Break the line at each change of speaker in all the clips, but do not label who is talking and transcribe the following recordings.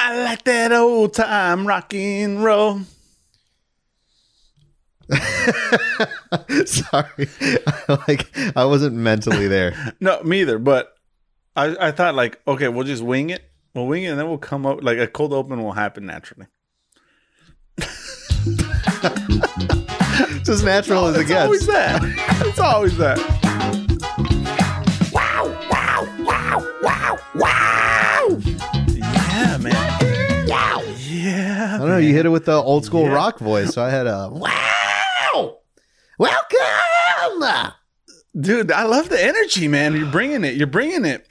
I like that old time rock and roll.
Sorry, I, like I wasn't mentally there.
No, me either. But I, I thought like, okay, we'll just wing it. We'll wing it, and then we'll come up like a cold open will happen naturally.
It's as natural as it
It's always
gets.
that. It's always that.
Wow, wow, wow, wow, wow.
Yeah, man.
Wow,
Yeah.
I don't know. You hit it with the old school rock voice, so I had a
wow. Welcome.
dude i love the energy man you're bringing it you're bringing it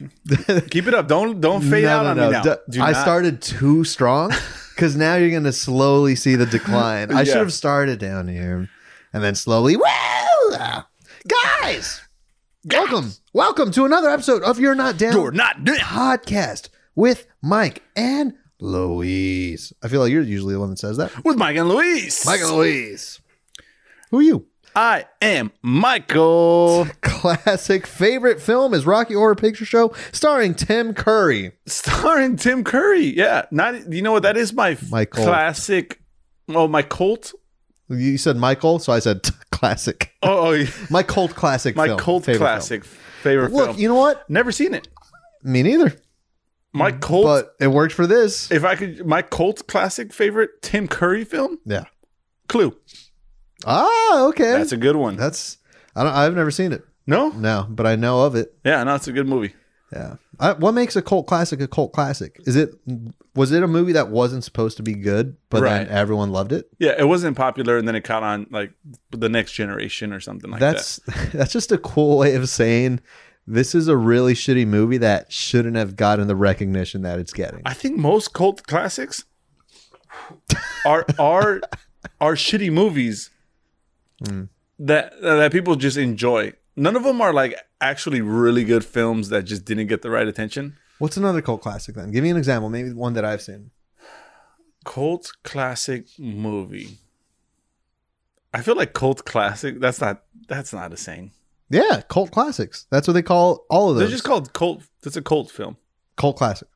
keep it up don't don't fade out on me now
D-
Do
I
not-
started too strong because now you're gonna slowly see the decline. I
Yeah.
should have started down here and then slowly. Well, uh, guys, welcome, welcome to another episode of You're Not Down
you're not doing
podcast with Mike and Louise. I feel like you're usually the one that says that.
with mike and louise
Louise, who are you?
i am michael
Classic favorite film is Rocky Horror Picture Show, starring Tim Curry.
starring tim curry yeah not you know what that is my f-
My cult.
classic oh my cult
You said Michael, so I said classic.
oh, oh
My cult classic.
my
film,
cult
favorite
classic favorite
film. Look,
film
you know what?
never seen it
Me neither.
my cult
Mm, But it worked for this.
if i could my cult classic favorite tim curry film
Yeah.
clue
Ah, okay.
that's
That's.
a good one
I don't. I've never seen it.
no
No, but I know of it.
yeah no it's a good movie
Yeah. I, what makes a cult classic a cult classic? Is it? Was it a movie that wasn't supposed to be good, but
Right.
then everyone loved it?
Yeah, it wasn't popular, and then it caught on like the next generation or something like that.
that's that's just a cool way of saying this is a really shitty movie that shouldn't have gotten the recognition that it's getting.
I think most cult classics are are are shitty movies
Hmm.
that that people just enjoy. None of them are like actually really good films that just didn't get the right attention.
What's another cult classic then? Give me an example, maybe one that I've seen.
Cult classic movie. I feel like cult classic. That's not that's not a saying.
Yeah, cult classics. That's what they call all of those.
They're just called cult. That's a cult film.
cult classic.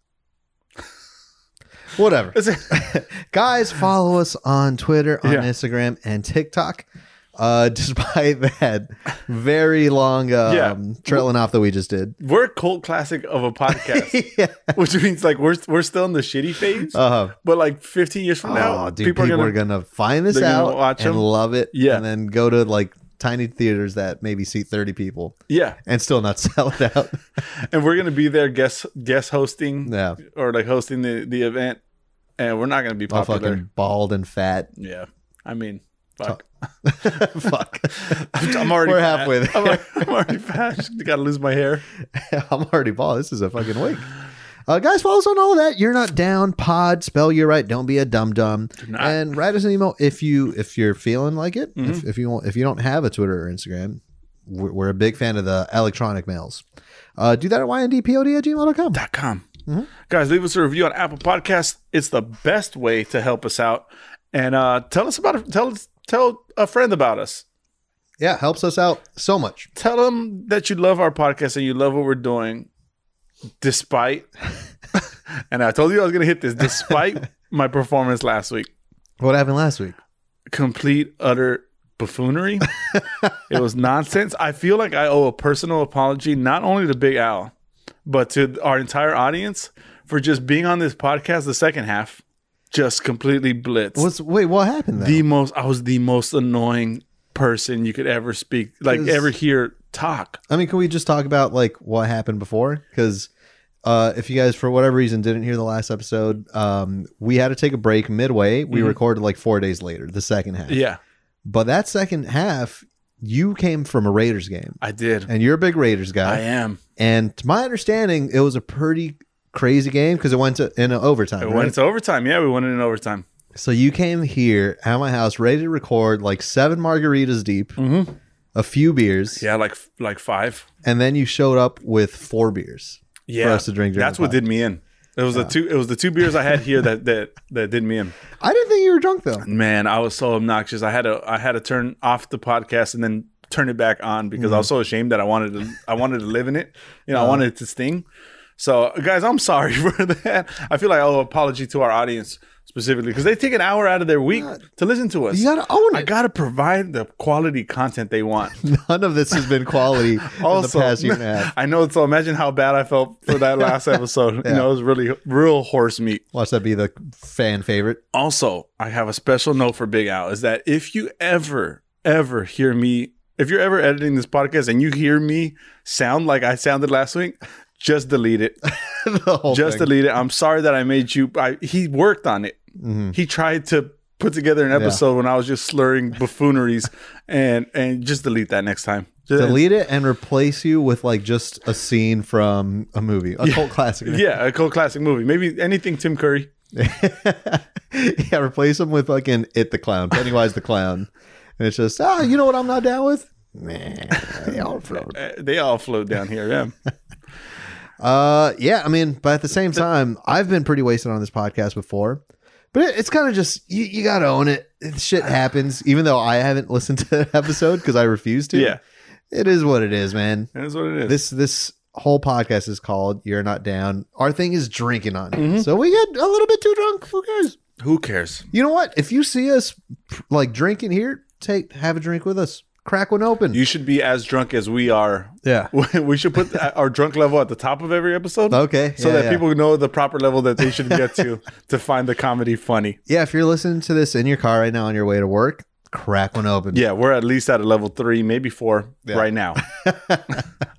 Whatever.
It's a,
Guys, follow us on Twitter, on
Yeah.
Instagram, and TikTok. Uh, despite that very long um,
Yeah.
trailing off that we just did.
we're a cult classic of a podcast.
yeah.
which means like we're we're still in the shitty phase.
Uh-huh.
but like 15 years from now,
oh, dude, people, are going to find this
they're gonna
out
watch
and
'em.
love it.
Yeah.
And then go to like tiny theaters that maybe seat 30 people
yeah,
and still not sell it out.
and we're gonna be there guest guest hosting
yeah.
or like hosting the the event, and we're not gonna be
All
popular.
fucking bald and fat.
Yeah, I mean, fuck.
Fuck.
I'm, I'm already
We're
fat.
halfway there.
I'm already, I'm already fat. Just Gotta lose my hair.
I'm already bald. This is a fucking wig. Uh, guys, follow us on all of that. You're not down. Pod spell you right. Don't be a dum dum.
not.
And write us an email if you if you're feeling like it. If, if you want, if you don't have a Twitter or Instagram, we're, we're a big fan of the electronic mails. Uh, do that at yndpod at gmail.com.
Dot com. Guys, leave us a review on Apple Podcasts. It's the best way to help us out, and uh tell us about it. Tell us tell a friend about us.
Yeah, helps us out so much.
tell them that you love our podcast and you love what we're doing despite and i told you i was going to hit this despite my performance last week
What happened last week?
complete utter buffoonery it was nonsense i feel like i owe a personal apology not only to big al but to our entire audience for just being on this podcast the second half just completely blitzed
What's wait? What happened? Though?
the most i was the most annoying person you could ever speak like
'Cause-
ever hear talk
I mean, can we just talk about like what happened before? Because uh, if you guys, for whatever reason, didn't hear the last episode, um, we had to take a break midway. We recorded like four days later, the second half.
Mm-hmm. yeah
But that second half, you came from a Raiders game,
i did
and you're a big Raiders
I
guy.
am.
And to my understanding, it was a pretty crazy game because it went to in overtime.
It
right?
went to overtime. Yeah, we won it in overtime.
So you came here at my house ready to record like seven margaritas deep, a few beers,
Mm-hmm. Yeah, like like five.
and then you showed up with four beers.
Yeah,
us to drink during
That's
the
what
pod.
did me in. It was the two. It was the two beers I had here that that that did me in.
I didn't think you were drunk though.
Man, I was so obnoxious. I had to I had to turn off the podcast and then
Mm-hmm. Uh-huh.
turn it back on because I was so ashamed that I wanted to I wanted to live in it. You know, I wanted it to sting. So, guys, I'm sorry for that. I feel like I owe an apology to our audience specifically because they take an hour out of their week to listen to us.
You gotta own
I
it.
gotta provide the quality content they want.
None of this has been quality in the
Also,
past year and a half.
I know. So imagine how bad I felt for that last episode. You know, it was really real horse meat.
Watch that be the fan favorite.
Also, I have a special note for Big Al is that if you ever, ever hear me, if you're ever editing this podcast and you hear me sound like I sounded last week, just delete it.
the whole
just
thing.
delete it. I'm sorry that I made you. I, he worked on it.
Mm-hmm.
He tried to put together an episode when I was just slurring buffooneries, and and just delete that next time. Just-
delete it and replace you with like just a scene from a movie, a cult classic.
Yeah, a cult classic movie. Maybe anything Tim Curry.
yeah, replace him with like an it the clown, Pennywise the clown, and it's just ah, you know what I'm not down with. Nah, they all float.
Uh, They all float down here. Yeah.
Uh, yeah, I mean, but at the same time, I've been pretty wasted on this podcast before, but it, it's kind of just you, you got to own it. It- Shit happens, even though I haven't listened to the episode because I refuse to.
yeah.
it is what it is, man.
That's what it is.
This this whole podcast is called "You're Not Down." Our thing is drinking on it,
Mm-hmm.
so we get a little bit too drunk. Who cares?
Who cares?
You know what? If you see us like drinking here, take have a drink with us. Crack one open.
You should be as drunk as we are.
yeah.
We should put our drunk level at the top of every episode.
Okay.
So
yeah,
that
yeah.
people know the proper level that they should get to to find the comedy funny.
Yeah, if you're listening to this in your car right now on your way to work, crack one open.
Yeah, we're at least at a level three, maybe four right now.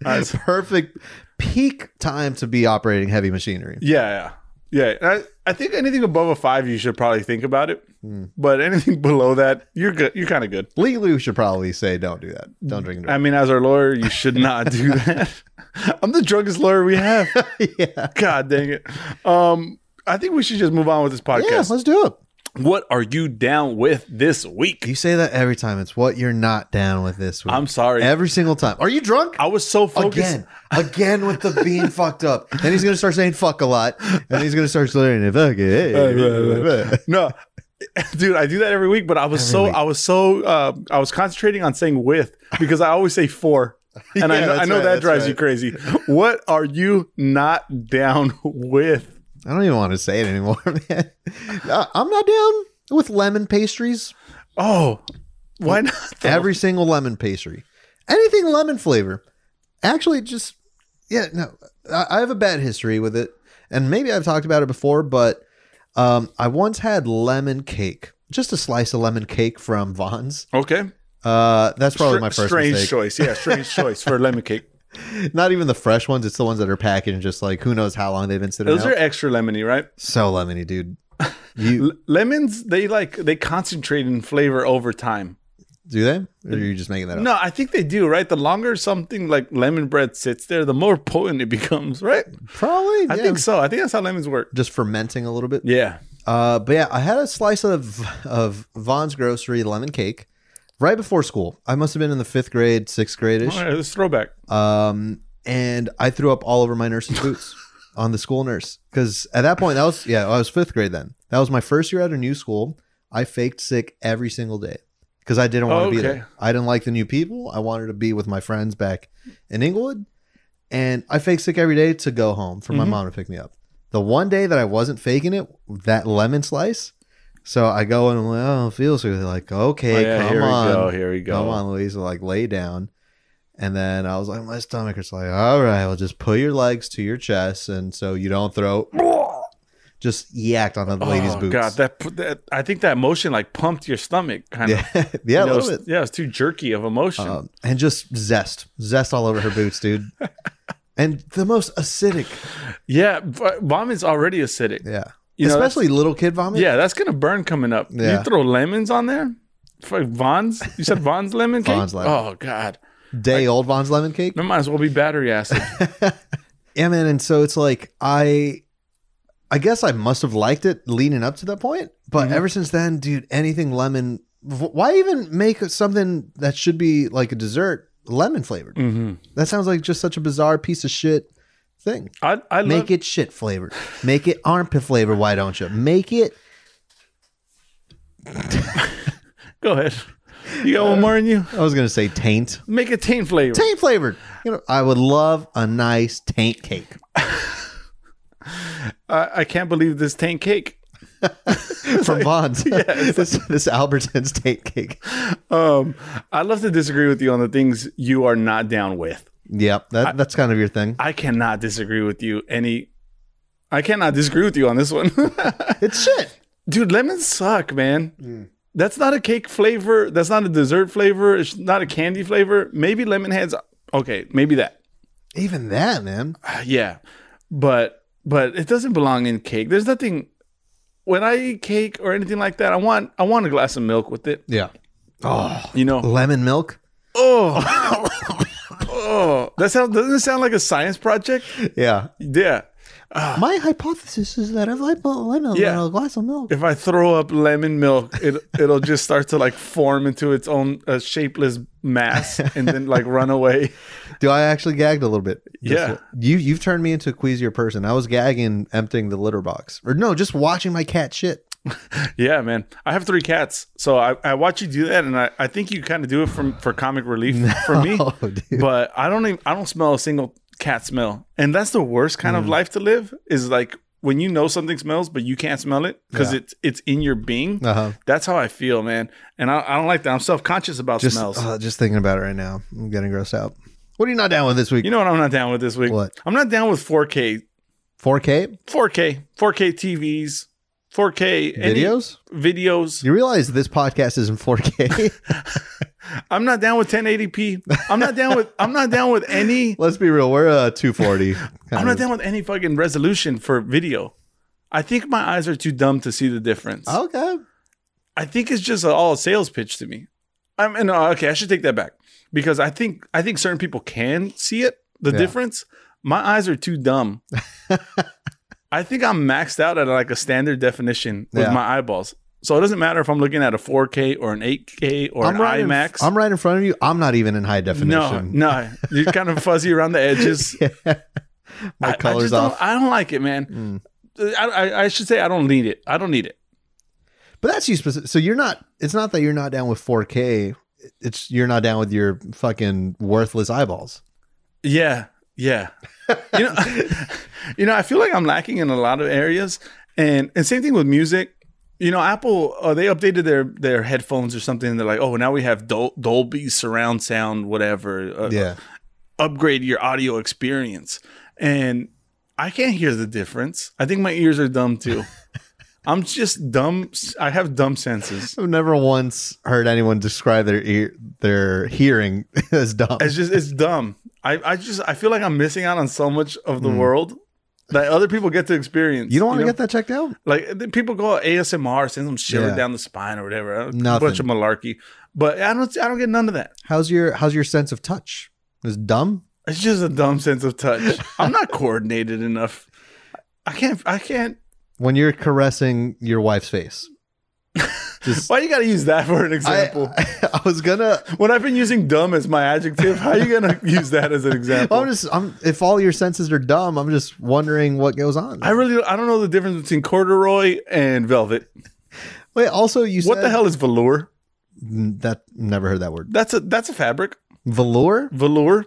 That's perfect peak time to be operating heavy machinery.
Yeah, yeah, yeah. And I, I think anything above a five, you should probably think about it.
Hmm.
But anything below that, you're good. You're kind of good.
Legally, we should probably say don't do that. Don't drink and
I
drive.
mean, as our lawyer, you should not do that. I'm the drunkest lawyer we have.
yeah.
God dang it. Um, I think we should just move on with this
Yeah,
podcast.
let's do it.
what are you down with this week?
You say that every time. It's what you're not down with this week.
I'm sorry.
Every single time. Are you drunk?
I was so focused.
Again, again with the being fucked up. Then he's gonna start saying fuck a lot, and he's gonna start slurring it. Fuck it.
No, dude, I do that every week. But I was so
week.
I was so uh, I was concentrating on saying with because I always say for, and I
Yeah,
know, I
that's
know
right,
that
that's
drives you
right.
crazy. What are you not down with?
I don't even want to say it anymore, man. No, I'm not down with lemon pastries.
Oh, why not? though?
Every single lemon pastry, anything lemon flavor. Actually, just yeah, no. I, I have a bad history with it, and maybe I've talked about it before, but um, I once had lemon cake, just a slice of lemon cake from Vaughn's.
okay,
Uh, that's probably my
Str-
first
strange
mistake.
choice. Yeah, strange choice for lemon cake.
Not even the fresh ones. It's the ones that are packaged and just like who knows how long they've been sitting
Those
out.
are extra lemony, right?
so lemony, dude. You
L- lemons, they like they concentrate in flavor over time.
do they? Or are you just making that up?
No, I think they do, right? The longer something like lemon bread sits there, the more potent it becomes, right?
Probably.
I
yeah.
think so. I think that's how lemons work.
Just fermenting a little bit.
Yeah.
Uh, but yeah, I had a slice of of Vaughn's Grocery lemon cake right before school. I must have been in the fifth grade, sixth grade ish.
All right, let's throwback.
Um, and I threw up all over my nurse's boots on the school nurse because at that point that was yeah I was fifth grade then. That was my first year at a new school. I faked sick every single day because I didn't want to
Oh,
be
okay.
there. I didn't like the new people. I wanted to be with my friends back in Inglewood, and I faked sick every day to go home for my
Mhm.
mom to pick me up. The one day that I wasn't faking it, that lemon slice. So I go and I'm like, oh, it feels good. Like, okay,
Oh, yeah,
come
here
on.
we go. Here we
Come
go.
on, Louise. Like lay down. And then I was like, my stomach is like, all right, well, just put your legs to your chest, and so you don't throw. Just yacked on the lady's
oh,
boots.
God, that, pu- that I think that motion like pumped your stomach kind of.
yeah,
You
yeah, a
know,
little
it's-
bit.
Yeah, it's too jerky of emotion.
Um, and just zest, zest all over her boots, dude. and the most acidic,
yeah, v- vomit's already acidic.
yeah.
You know,
Especially little kid vomit.
Yeah, that's gonna burn coming up.
Yeah.
You throw lemons on there. Fuck, Vons, you said Vons lemon cake.
Vons lemon.
Oh God,
day old Vaughn's lemon cake.
that might as well be battery acid.
Yeah, man. And so it's like I, I guess I must have liked it leading up to that point, but ever since then, dude, anything lemon. wh- Why even make something that should be like a dessert lemon flavored?
hmm
That sounds like just such a bizarre piece of shit thing.
I I love,
Make it shit flavored. Make it armpit flavored. Why don't you make it?
Go ahead. You got one
Uh,
more in you.
I was gonna say taint.
Make a taint flavor.
Taint flavored. You know, I would love a nice taint cake.
I, I can't believe this tank cake.
from Vons. this this Albertsons taint cake.
Um, I'd love to disagree with you on the things you are not down with.
Yep, that, that's kind of your thing.
I cannot disagree with you any. I cannot disagree with you on this one.
It's shit.
Dude, lemons suck, man. That's not a cake flavor. That's not a dessert flavor. It's not a candy flavor. Maybe lemon heads. Okay, maybe that. Uh,
Even that, man.
Yeah, but but it doesn't belong in cake. There's nothing. When I eat cake or anything like that, I want I want a glass of milk with it.
Yeah.
You know.
Lemon milk.
Oh. oh. That sounds doesn't it sound like a science project?
Yeah.
Yeah.
My hypothesis is that if I put lemon
Yeah.
in a glass of milk,
If I throw up lemon milk, it it'll just start to like form into its own uh, shapeless mass and then like run away.
do I actually gagged a little bit? Just
Yeah.
a- You you've turned me into a queasier person. I was gagging emptying the litter box, or no, just watching my cat shit.
Yeah, man. I have three cats, so I, I watch you do that, and I, I think you kind of do it from for comic relief for me.
Oh, dude.
But I don't even I don't smell a single cat smell, and that's the worst kind of life to live. Is like when you know something smells, but you can't smell it because
Yeah.
it's it's in your being.
Uh-huh.
That's how I feel, man. And I, I don't like that. I'm self conscious about
Just
smells.
uh, just thinking about it right now. I'm getting grossed out. What are you not down with this week?
you know what I'm not down with this week?
What?
I'm not down with 4K
4K
4K, 4K TVs, 4K any-
videos.
videos.
You realize this podcast is in 4K.
I'm not down with 1080p. I'm not down with I'm not down with any
Let's be real. We're uh
I'm
240. kind
not
of.
down with any fucking resolution for video. I think my eyes are too dumb to see the difference.
Okay.
I think it's just all a sales pitch to me. I'm and uh, okay, I should take that back because I think I think certain people can see it, the
Yeah.
difference. My eyes are too dumb. I think I'm maxed out at like a standard definition with
Yeah.
my eyeballs. So it doesn't matter if I'm looking at a 4K or an 8K or an
right
IMAX.
In, I'm right in front of you. I'm not even in high
no,
definition.
no, you're kind of fuzzy around the edges.
My
I- I,
color's
just
off. Hmm.
Don't, I don't like it, man. I, I, I should say I don't need it. I don't need it.
But that's you specific. So you're not. It's not that you're not down with 4K. It's you're not down with your fucking worthless eyeballs.
Yeah, yeah. You know, you know, I feel like I'm lacking in a lot of areas, and and same thing with music. You know, Apple uh, they updated their their headphones or something. And they're like, oh, now we have Dol- Dolby surround sound, whatever. Uh,
Yeah.
upgrade your audio experience. And I can't hear the difference. I think my ears are dumb too. I'm just dumb. I have dumb senses.
I've never once heard anyone describe their ear, their hearing as dumb.
It's just it's dumb. I, I just I feel like I'm missing out on so much of the world that other people get to experience.
Hmm. you don't want to
know?
get that checked out.
Like the people go ASMR, send them shivers
Yeah.
down the spine or whatever. A
Nothing.
bunch of malarkey. But I don't I don't get none of that.
How's your How's your sense of touch? Is dumb?
It's just a dumb sense of touch. I'm not coordinated enough. I can't I can't
when you're caressing your wife's face. Just,
why you gotta use that for an
I,
example?
I was gonna.
when I've been using dumb as my adjective, how are you gonna use that as an example?
I'm just. I'm. If all your senses are dumb, I'm just wondering what goes on.
I really I don't know the difference between corduroy and velvet.
Wait. Also, you
What
said
the hell is velour?
That never heard that word.
That's a that's a fabric.
Velour.
Velour.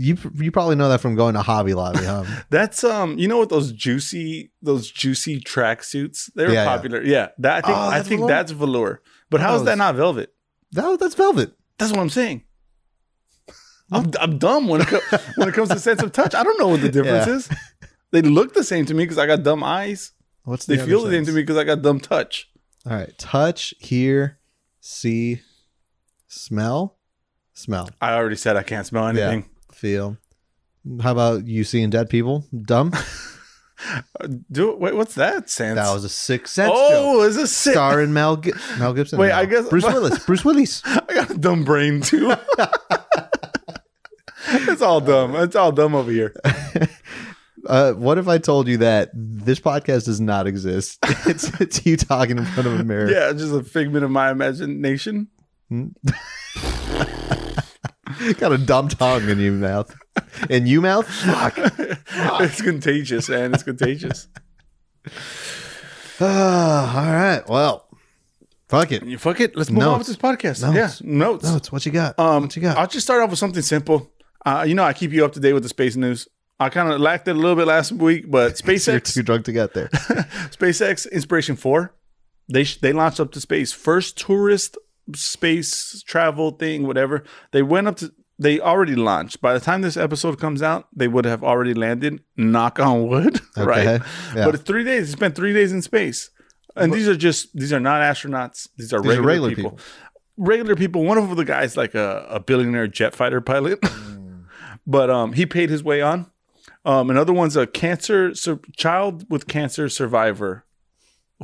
You you probably know that from going to Hobby Lobby, huh?
That's um, you know what those juicy those juicy tracksuits they were
Yeah, yeah.
popular. Yeah, that I think
Oh,
I
that's
think
velour?
that's velour. But how is that
Those-
not velvet?
that, that's velvet.
That's what I'm saying. I'm, I'm dumb when it co- when it comes to sense of touch. I don't know what the difference
Yeah.
is. They look the same to me because I got dumb eyes.
What's the
They
other
feel the same
sense?
to me because I got dumb touch.
All right. Touch, hear, see, smell, smell,
I already said I can't smell anything.
feel. How about you seeing dead people? Dumb.
Do wait, what's that sense?
That was a sixth sense joke.
oh, is this sick?
starring Mel Gi- Mel Gibson.
Wait,
No.
I guess-
Bruce Willis. Bruce Willis.
I got a dumb brain too. it's all dumb. It's all dumb over here.
Uh, what if I told you that this podcast does not exist? It's it's you talking in front of a mirror.
Yeah, just a figment of my imagination.
Got a dumb tongue in your mouth. In you mouth? Fuck.
it's contagious, man. It's contagious.
Ah, all right. Well, fuck it.
You fuck it. Let's move on with this
Notes.
podcast.
Notes.
Yeah, notes.
No, it's what you got.
Um,
what you got?
I'll just start off with something simple. Uh, you know, I keep you up to date with the space news. I kind of lacked it a little bit last week, but
You're
SpaceX,
too drunk to get there.
SpaceX Inspiration Four, they sh- they launched up to space, first tourist space travel thing, whatever. They went up to. They already launched. By the time this episode comes out, they would have already landed. Knock on wood, right?
Okay. Yeah.
But it's three days. They spent three days in space, and these are just these are not astronauts. These are, regular,
regular
people.
people.
Regular people. One of the guys like a, a billionaire jet fighter pilot, but um, he paid his way on. Um, another one's a cancer sur- child with cancer survivor,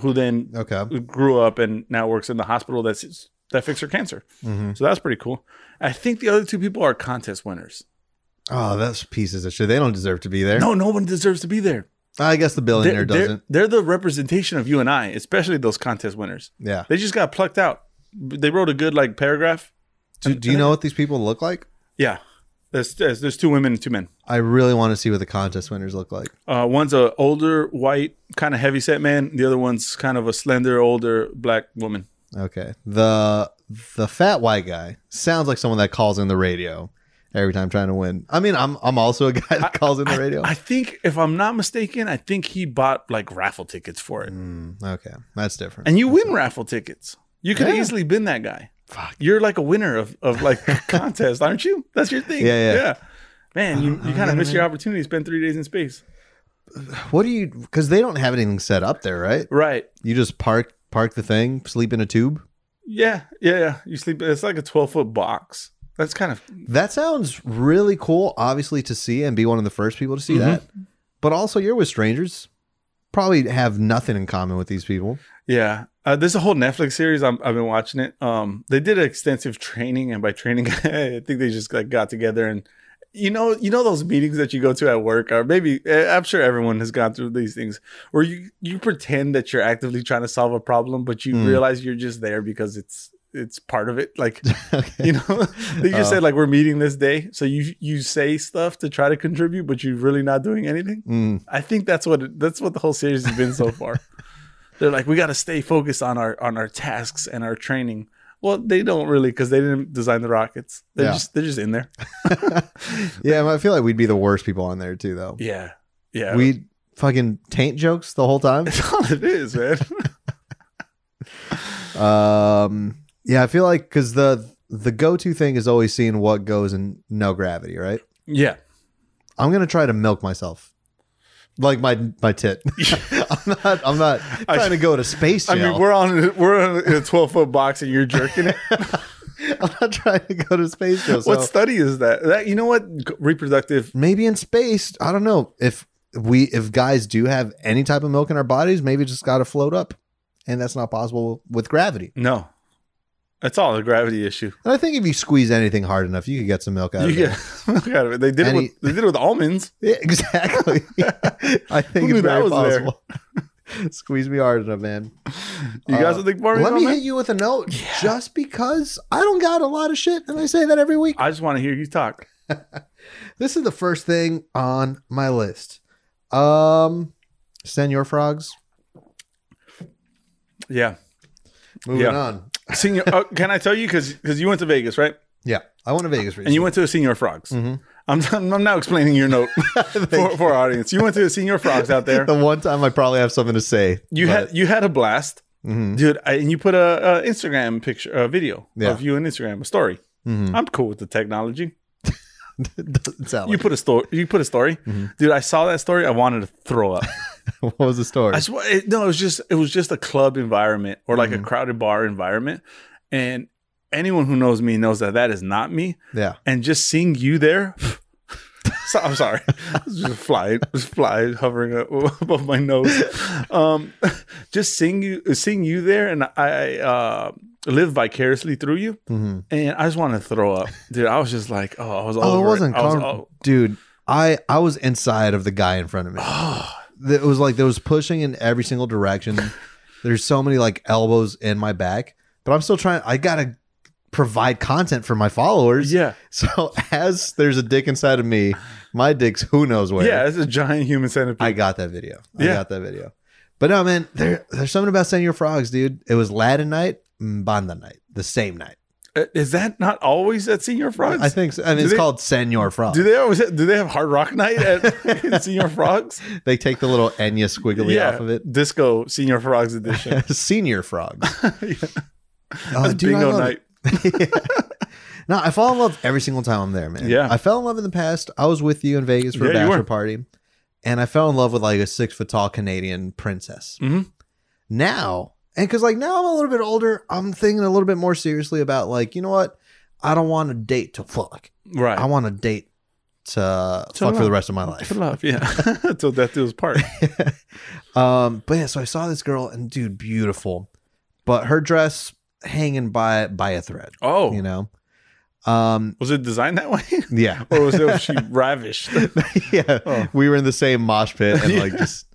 who then
Okay.
grew up and now works in the hospital that's that fixed her cancer.
Mm-hmm.
So that's pretty cool. I think the other two people are contest winners.
Oh, that's pieces of shit. They don't deserve to be there.
No, no one deserves to be there.
I guess the billionaire
They're, they're-
doesn't.
they're the representation of you and I, especially those contest winners.
Yeah.
They just got plucked out. They wrote a good like paragraph.
Do, do you know what these people look like?
Yeah, there's there's, there's two women and two men.
I really want to see what the contest winners look like.
Uh, one's a older white kind of heavy set man. The other one's kind of a slender older black woman.
Okay. The the fat white guy sounds like someone that calls in the radio every time trying to win. I mean, I'm I'm also a guy that calls in the radio.
I think if I'm not mistaken, I think he bought like raffle tickets for it.
Mm, okay, that's different.
And you win raffle tickets. You could have
Yeah.
easily been that guy. You're like a winner of, of like contest, aren't you? That's your thing.
Yeah, Uh-huh. yeah.
Man, you, you kind of miss your opportunity to spend three days in space.
What do you? Because they don't have anything set up there, right?
Right.
You just park park the thing, sleep in a tube.
Yeah, yeah, yeah. You sleep. It's like a twelve foot box. That's kind of
That sounds really cool. Obviously, to see and be one of the first people to see
Mm-hmm.
that. But also, you're with strangers. Probably have nothing in common with these people.
yeah. Uh, there's a whole Netflix series. I'm, I've been watching it. Um, they did extensive training, and by training, I think they just like got together and you know, you know those meetings that you go to at work, or maybe eh, I'm sure everyone has gone through these things where you you pretend that you're actively trying to solve a problem, but you
Mm.
realize you're just there because it's it's part of it. Like
okay.
you know they just
Oh.
said like we're meeting this day so you you say stuff to try to contribute but you're really not doing anything
Mm.
i think that's what it, that's what the whole series has been so far they're like we got to stay focused on our on our tasks and our training well they don't really because they didn't design the rockets they're
Yeah.
just they're just in there
yeah, I feel like we'd be the worst people on there too, though.
yeah yeah
We fucking taint jokes the whole time.
that's all it is man
Um, yeah, I feel like because the the go to thing is always seeing what goes in no gravity, right?
yeah
I'm gonna try to milk myself, like my my tit. I'm not. I'm not
I-
trying to go to space
i
jail. I
mean we're on we're on a 12 foot box and you're jerking it
am not trying to go to space jail. So
what study is that that you know what reproductive
maybe in space, I don't know if we if guys do have any type of milk in our bodies, maybe it's just got to float up, and that's not possible with gravity.
no that's all a gravity issue
And I think if you squeeze anything hard enough, you could get some milk out of
You
it.
get, look at it. They did it
Any-
with they did it with almonds.
Yeah, exactly. I
Who
think
knew that
it's very
was there?
possible. Squeeze me hard enough, man.
You guys
Uh,
think Barbie?
Let me
on that?
hit you with a note just because I don't got a lot of shit, and I say that every week.
I just want to hear you talk.
This is the first thing on my list. Um, Senor Frogs.
Yeah.
Moving
Yeah.
on.
Senior, uh, can I tell you because you went to Vegas, right?
Yeah, I want to Vegas recently.
And you went to a Senior Frogs.
Mhm.
I'm, I'm I'm now explaining your note for, for our audience. You went to a Senior Frogs out there.
the one time I probably have something to say.
You had you had a blast,
hmm
dude, I, and you put a, a Instagram picture, a video
Yeah.
of you on Instagram, a story. I'm cool with the technology.
doesn't sound
You
like Mm-hmm.
put a story. You put a story, dude. I saw that story. I wanted to throw up.
what was the story?
I swear, it, no, it was just it was just a club environment or like a
Mm-hmm.
crowded bar environment, and anyone who knows me knows that that is not me.
yeah,
And just seeing you there, so, I'm sorry, It was just fly, it was fly hovering a- above my nose. Um, just seeing you, seeing you there, and I uh, live vicariously through you,
hmm
and I just wanted to throw up, dude. I was just like, oh, I was all
oh, it
over
wasn't
I was
comfortable,
all-
dude. I I was inside of the guy in front of me. it was like there was pushing in every single direction. There's so many like elbows in my back, but I'm still trying. I gotta provide content for my followers.
yeah,
So as there's a dick inside of me, my dick's who knows where.
yeah. It's a giant human centipede.
I got that video. I
Yeah.
got that video. But no, man, there, there's something about Senor Frogs, dude. It was Latin night, and Banda night, mm, the same night.
Uh, Is that not always at Senior Frogs?
I think so. and it's
they-
called Senor Frog.
Do they always? Do they have Hard Rock Night at Senior Frogs?
they take the little Enya squiggly off of it.
Disco Senior Frogs edition.
Senior frogs. Oh,
That's
dude, I
bingo
love it.
night.
No, I fall in love every single time I'm there, man.
Yeah.
I fell in love in the past. I was with you in Vegas for a
Yeah, you were.
bachelor party, and I fell in love with like a six foot tall Canadian princess.
Mhm.
Now, and because like now I'm a little bit older, I'm thinking a little bit more seriously about like, you know what? I don't want to date to fuck.
Right.
I want to date to,
To
fuck for
love.
the rest of my life.
To love, yeah. Till death do us part.
Um, but yeah, so I saw this girl and dude, beautiful, but her dress hanging by by a thread.
Oh,
You know, um,
was it designed that way,
yeah,
or was it she ravished?
yeah.
Oh.
We were in the same mosh pit and
Yeah.
like just.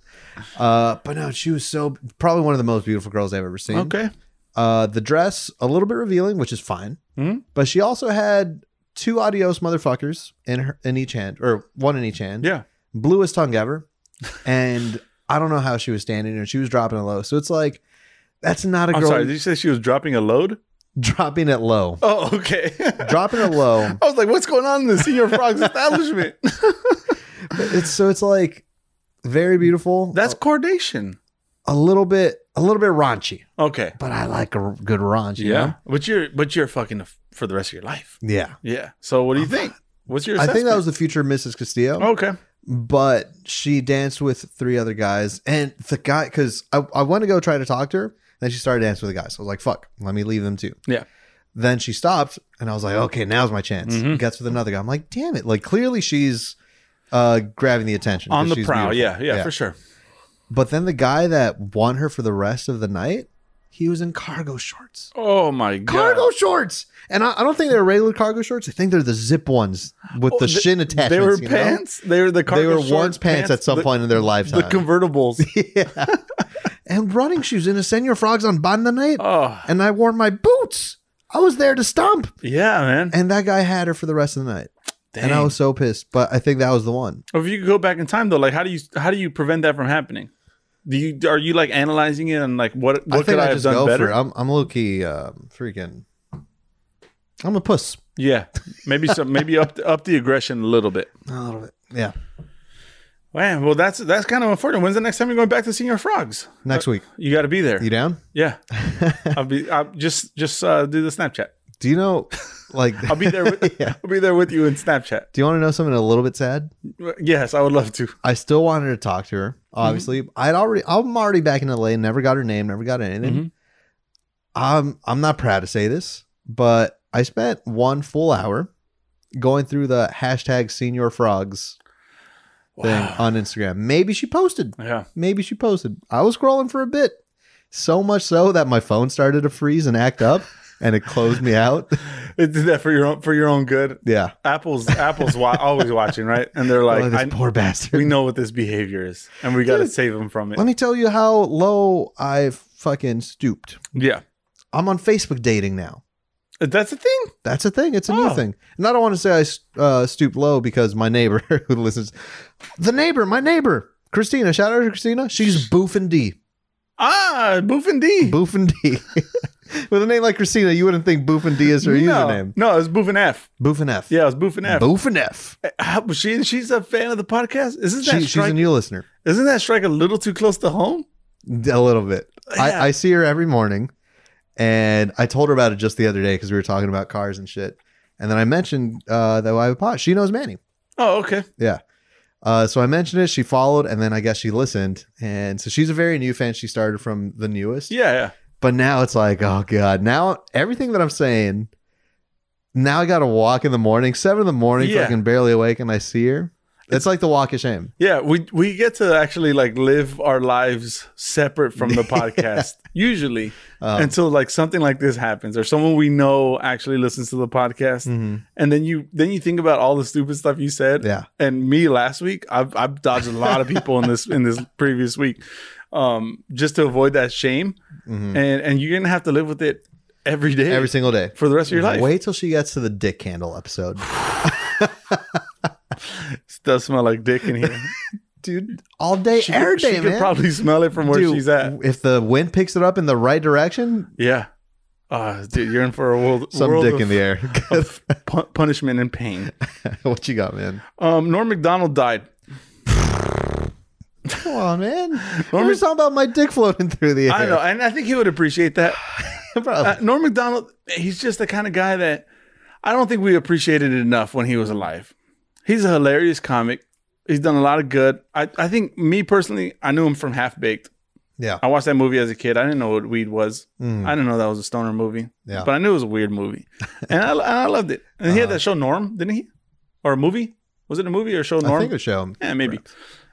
Uh, but no, she was so probably one of the most beautiful girls I've ever seen.
okay.
Uh, the dress a little bit revealing, which is fine,
Mhm.
but she also had two adios motherfuckers in her in each hand or one in each hand.
Yeah.
bluest tongue ever. And I don't know how she was standing and she was dropping it low. So it's like, that's not a
I'm
girl
sorry. Did you say she was dropping a load?
dropping it low.
Oh, okay.
dropping it low.
I was like, what's going on in the Senior Frogs establishment?
It's so it's like very beautiful.
That's coordination.
a, a little bit a little bit raunchy,
Okay.
but I like a good raunch. you know?
Yeah. But you're but you're fucking f- for the rest of your life.
Yeah.
Yeah. So what do you think? What's your?
Uh, I think that was
assessment? Oh,
the future Mrs. Castillo.
okay.
but she danced with three other guys and the guy because I, I went to go try to talk to her and then she started dancing with the guys i was like fuck let me leave them too
Yeah.
then she stopped and i was like okay now's my chance
Mhm.
gets with another guy i'm like damn it like clearly she's uh grabbing the attention 'cause
On the
she's
prowl.
beautiful.
Yeah, yeah. For sure.
but then the guy that won her for the rest of the night he was in cargo shorts
Oh my god.
cargo shorts and I, I don't think they're regular cargo shorts i think they're the zip ones with
Oh,
the
they-
shin attachments
They were
you know?
pants. They were the cargo
they were
shorts,
once pants, at some
the-
point in their
The
lifetime
convertibles.
yeah. and running shoes and a senior frogs on Banda night.
oh
And I wore my boots. I was there to stomp.
yeah, man.
And that guy had her for the rest of the night. And I
Dang.
was so pissed. But I think that was the one.
Or if you could go back in time though, like how do you how do you prevent that from happening? Do you are you like analyzing it and like what what
I
could
think
I, have
just
done
go for
better?
it. I'm, I'm low key um, freaking. I'm a puss.
Yeah, maybe some maybe up the, up the aggression a little bit.
A little bit. Yeah.
Man, well that's that's kind of unfortunate. When's the next time you're going back to Senior Frogs?
Next week.
You got to be there.
You down?
Yeah, I'll be I'll just just uh, do the Snapchat.
Do you know, like,
I'll be there. With,
Yeah.
I'll be there with you in Snapchat.
do you want to know something a little bit sad?
Yes, I would love to.
I still wanted to talk to her.
Mm-hmm.
Obviously, I'd already I'm already back in LA. Never got her name. Never got anything.
Mhm.
I'm I'm not proud to say this, but I spent one full hour going through the hashtag Senior Frogs thing
Wow.
on Instagram. Maybe she posted.
Yeah.
Maybe she posted. I was scrolling for a bit, so much so that my phone started to freeze and act up, and it closed me out.
It did that for your own for your own good.
Yeah,
Apple's Apple's wa- always watching, right? And they're like,
Oh, this
I,
poor bastard.
we know what this behavior is, and we got to
Dude.
save them from it.
Let me tell you how low I fucking stooped.
yeah,
I'm on Facebook dating now.
that's the thing.
That's a thing. It's a new
Oh.
thing. And I don't want to say I uh, stoop low because my neighbor who listens, the neighbor, my neighbor, Christina, shout out to Christina. She's Boofin D.
Ah, Boofin D.
Boofin D. With a name like Christina, you wouldn't think Boofin D is her
no,
username.
no, it's Boofin F.
Boofin F.
Yeah, it's Boofin F. Eh,
Boofin F.
How- she she's a fan of the podcast. Isn't
She,
that
she's a
strike?
new listener.
isn't that strike a little too close to home?
A little bit.
Yeah.
I, I see her every morning. And I told her about it just the other day because we were talking about cars and shit. And then I mentioned uh, that I have a pot. She knows Manny.
Oh, okay.
Uh, so I mentioned it. She followed, and then I guess she listened, and so she's a very new fan. She started from the newest,
Yeah, yeah.
but now it's like, oh god, now everything that I'm saying, now I got to walk in the morning, seven in the morning,
Yeah.
fucking barely awake, and I see her. It's, like the walk of shame.
Yeah, we we get to actually like live our lives separate from the podcast usually
Um,
until like something like this happens or someone we know actually listens to the podcast
mhm.
and then you then you think about all the stupid stuff you said
Yeah,
and me last week I've, I've dodged a lot of people in this in this previous week um just to avoid that shame
mhm.
and and you're gonna have to live with it every day
every single day.
for the rest of your life
Wait till she gets to the dick candle episode,
it does smell like dick in here
dude. All day,
she,
every
could,
day,
she could
man.
probably smell it from where
Dude,
she's at
If the wind picks it up in the right direction,
yeah Ah, dude, you're in for a world,
Some
world
dick
of
in the air.
pu- punishment and pain.
what you got, man?
Um, Norm McDonald died.
Come on, man. We're just talking about my dick floating through the air.
I know, and I think he would appreciate that.
Probably.
Uh, Norm McDonald, he's just the kind of guy that I don't think we appreciated it enough when he was alive. He's a hilarious comic. He's done a lot of good. I, I think me personally, I knew him from Half Baked.
yeah.
I watched that movie as a kid. I didn't know what weed was.
Mm.
I didn't know that was a stoner movie.
Yeah. Uh-huh.
But I knew it was a weird movie. And I, and I loved it. And he had that show Norm, didn't he? Or a movie? Was it a movie or a show Norm?
I think it would show him.
Yeah, maybe.